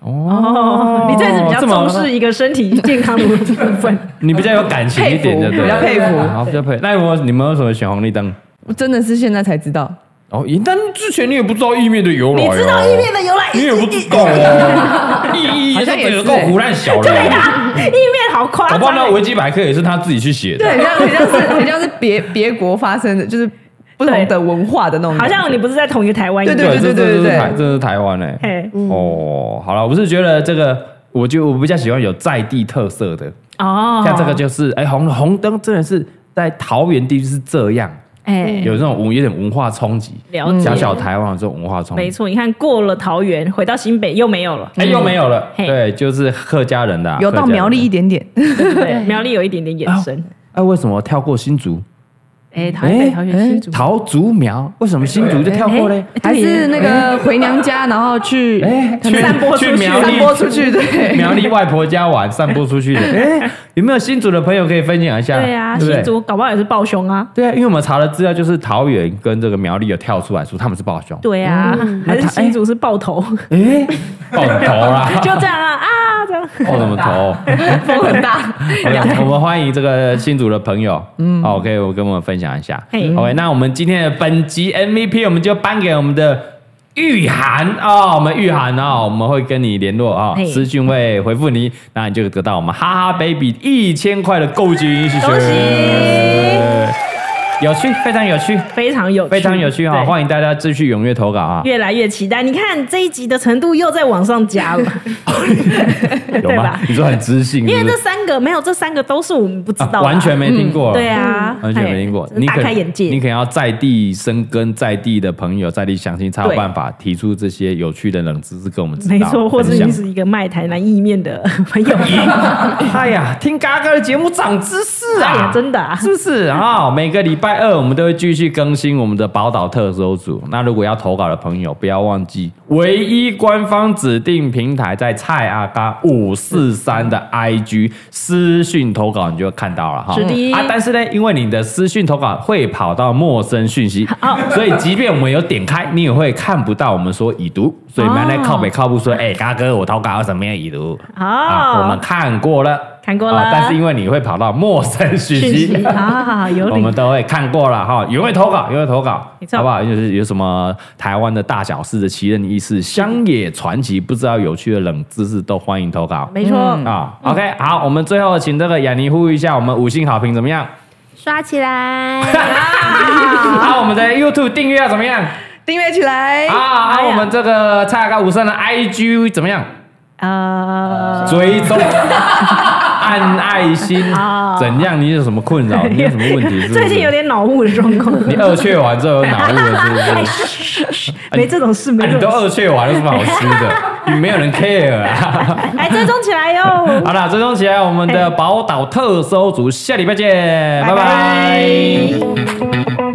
[SPEAKER 2] 哦，你这次比较
[SPEAKER 1] 这么
[SPEAKER 2] 重视一个身体健康的部 分，
[SPEAKER 1] 你比较有感情一点的，
[SPEAKER 3] 佩服
[SPEAKER 1] 对
[SPEAKER 3] 比较佩服
[SPEAKER 1] 好，比较佩服。那我你们为什么选红绿灯？
[SPEAKER 3] 我真的是现在才知道，
[SPEAKER 1] 哦，但之前你也不知道意面的由来，哦
[SPEAKER 2] 你知道意面，啊的由来？
[SPEAKER 1] 你也不知道哦，意义
[SPEAKER 3] 好
[SPEAKER 1] 这
[SPEAKER 3] 像也是
[SPEAKER 1] 个够胡乱小
[SPEAKER 2] 对
[SPEAKER 1] 了。
[SPEAKER 2] 啊， 意面好夸
[SPEAKER 1] 搞
[SPEAKER 2] 张
[SPEAKER 1] 不好那
[SPEAKER 2] 欸，
[SPEAKER 1] 维基百科也是他自己去写的。
[SPEAKER 3] 对，很像很像 是很像是别别国发生的，就是不同的文化的那种
[SPEAKER 2] 好
[SPEAKER 3] 感觉，
[SPEAKER 2] 像你不是在同一个台湾一样。
[SPEAKER 3] 对对
[SPEAKER 1] 这
[SPEAKER 3] 对对
[SPEAKER 1] 这是
[SPEAKER 3] 对对
[SPEAKER 1] 台这是台湾哎。
[SPEAKER 2] 嘿，嗯
[SPEAKER 1] 哦，好了，我是觉得这个，我就我比较喜欢有在地特色的，
[SPEAKER 2] 哦，
[SPEAKER 1] 像这个就是，哎，红红灯真的是在桃园地区是这样，
[SPEAKER 2] 哎，
[SPEAKER 1] 有那种文有点文化冲击，
[SPEAKER 2] 了解
[SPEAKER 1] 小小台湾有这种文化冲击，
[SPEAKER 2] 没。错，你看过了桃园，回到新北又没有了，
[SPEAKER 1] 哎，又没有了，
[SPEAKER 2] 嘿
[SPEAKER 1] 对，就是客家人的啊，
[SPEAKER 3] 有
[SPEAKER 1] 客家
[SPEAKER 3] 到
[SPEAKER 1] 人的
[SPEAKER 3] 苗栗一。点点，
[SPEAKER 2] 对不 对？苗栗有一点点延伸，
[SPEAKER 1] 哎，为什么跳过新竹？
[SPEAKER 2] 哎，桃园
[SPEAKER 1] 哎
[SPEAKER 2] 北、桃园新竹，
[SPEAKER 1] 桃竹苗，为什么新竹就跳过嘞？
[SPEAKER 3] 还是那个回娘家，然后去
[SPEAKER 1] 哎，去
[SPEAKER 2] 散播出
[SPEAKER 1] 去
[SPEAKER 2] 去
[SPEAKER 1] 苗
[SPEAKER 3] 散
[SPEAKER 1] 栗
[SPEAKER 3] 播出去，对，
[SPEAKER 1] 苗栗外婆家玩，散播出去 的。哎，有没有新竹的朋友可以分享一下？
[SPEAKER 2] 对啊，
[SPEAKER 1] 不
[SPEAKER 2] 新竹搞不好也是抱胸啊，
[SPEAKER 1] 对啊，因为我们查了资料，就是桃园跟这个苗栗有跳出来说他们是抱胸，
[SPEAKER 2] 对啊，还是新竹是爆头，，
[SPEAKER 1] 哎，抱头啦
[SPEAKER 2] 就这样啊啊这样，
[SPEAKER 1] 抱什么 头？
[SPEAKER 3] 风很大，
[SPEAKER 1] 哎我们欢迎这个新竹的朋友，嗯，OK，我跟我们分享一下
[SPEAKER 2] 嘿
[SPEAKER 1] ，OK，那我们今天的本集 MVP 我们就颁给我们的。玉涵哦，我们玉涵哦，我们会跟你联络哦
[SPEAKER 2] 嘿，
[SPEAKER 1] 私讯会回复你，那你就得到我们哈哈 baby 一千块的购金，谢谢
[SPEAKER 2] 嗯恭喜，
[SPEAKER 1] 有趣，非常有趣，
[SPEAKER 2] 非常有趣
[SPEAKER 1] 非常有趣哈、
[SPEAKER 2] 对
[SPEAKER 1] 欢迎大家继续踊跃投稿啊！
[SPEAKER 2] 越来越期待，你看这一集的程度又在往上加了，
[SPEAKER 1] 有
[SPEAKER 2] 对
[SPEAKER 1] 吗
[SPEAKER 2] 吧？
[SPEAKER 1] 你说很知性，
[SPEAKER 2] 因为
[SPEAKER 1] 是不
[SPEAKER 2] 这
[SPEAKER 1] 是
[SPEAKER 2] 三个没有，这三个都是我们不知道的
[SPEAKER 1] 啊
[SPEAKER 2] 啊，
[SPEAKER 1] 完全没听过，
[SPEAKER 2] 对啊，
[SPEAKER 1] 完全没听过
[SPEAKER 2] 嘿，
[SPEAKER 1] 你
[SPEAKER 2] 大
[SPEAKER 1] 可
[SPEAKER 2] 开眼
[SPEAKER 1] 你
[SPEAKER 2] 界
[SPEAKER 1] 可。能要在地生根，在地的朋友，在地相亲才有
[SPEAKER 2] 对
[SPEAKER 1] 办法提出这些有趣的冷知识跟我们知道。
[SPEAKER 2] 没错，或者
[SPEAKER 1] 分享
[SPEAKER 2] 你是一个卖台南意面的朋 友，
[SPEAKER 1] 哎呀，听嘎嘎的节目长知识
[SPEAKER 2] 哎
[SPEAKER 1] 啊，，
[SPEAKER 2] 呀真的啊，
[SPEAKER 1] 是不是啊、每个礼拜二我们都会继续更新我们的宝岛特搜组。那如果要投稿的朋友，不要忘记唯一官方指定平台在蔡阿嘎五四三的 IG 私讯投稿，你就会看到了哈。
[SPEAKER 2] 是的
[SPEAKER 1] 啊，但是呢，因为你的私讯投稿会跑到陌生讯息，
[SPEAKER 2] 哦
[SPEAKER 1] 所以即便我们有点开，你也会看不到我们说已读，所以慢慢
[SPEAKER 2] 哦
[SPEAKER 1] 靠北靠步说，哎、嘎哥，我投稿要什么样已读？
[SPEAKER 2] 哦
[SPEAKER 1] 啊，我们看过了，
[SPEAKER 2] 看过了
[SPEAKER 1] 啊但是因为你会跑到陌生讯
[SPEAKER 2] 讯
[SPEAKER 1] 息
[SPEAKER 2] 息，好好啊好，有
[SPEAKER 1] 我们
[SPEAKER 2] 理，
[SPEAKER 1] 都会看过了哈，有没有投稿？有没有投稿
[SPEAKER 2] 没？错
[SPEAKER 1] 好不好？就是有什么台湾的大小事的奇人异事、乡野传奇，不知道有趣的冷知识，都欢迎投稿。
[SPEAKER 2] 没错，
[SPEAKER 1] 啊、o k 好，我们最后请这个雅尼呼吁一下我们五星好评怎么样？
[SPEAKER 4] 刷起来，
[SPEAKER 1] 好，我们的 YouTube 订阅要怎么样？
[SPEAKER 3] 订阅起来
[SPEAKER 1] 啊，好，
[SPEAKER 2] 哎呀
[SPEAKER 1] 我们这个蔡阿高五三的 IG 怎么样？
[SPEAKER 2] 呃，
[SPEAKER 1] 追踪、按爱心，怎样？你有什么困 扰？嗯你有什么问题？是不是
[SPEAKER 2] 啊最近有点脑雾的状况。
[SPEAKER 1] 你二雀完之后有脑雾了，是不
[SPEAKER 2] 哎
[SPEAKER 1] 是？
[SPEAKER 2] 嘘嘘嘘没这种事，没
[SPEAKER 1] 啊
[SPEAKER 2] 这
[SPEAKER 1] 你都
[SPEAKER 2] 种事。
[SPEAKER 1] 二雀完，有什么好吃 的？你没有人 care 啊！
[SPEAKER 2] 哎，追踪起来哟。
[SPEAKER 1] 好了，追踪起来我们的宝岛特搜组，下礼拜见，拜拜。
[SPEAKER 2] 拜拜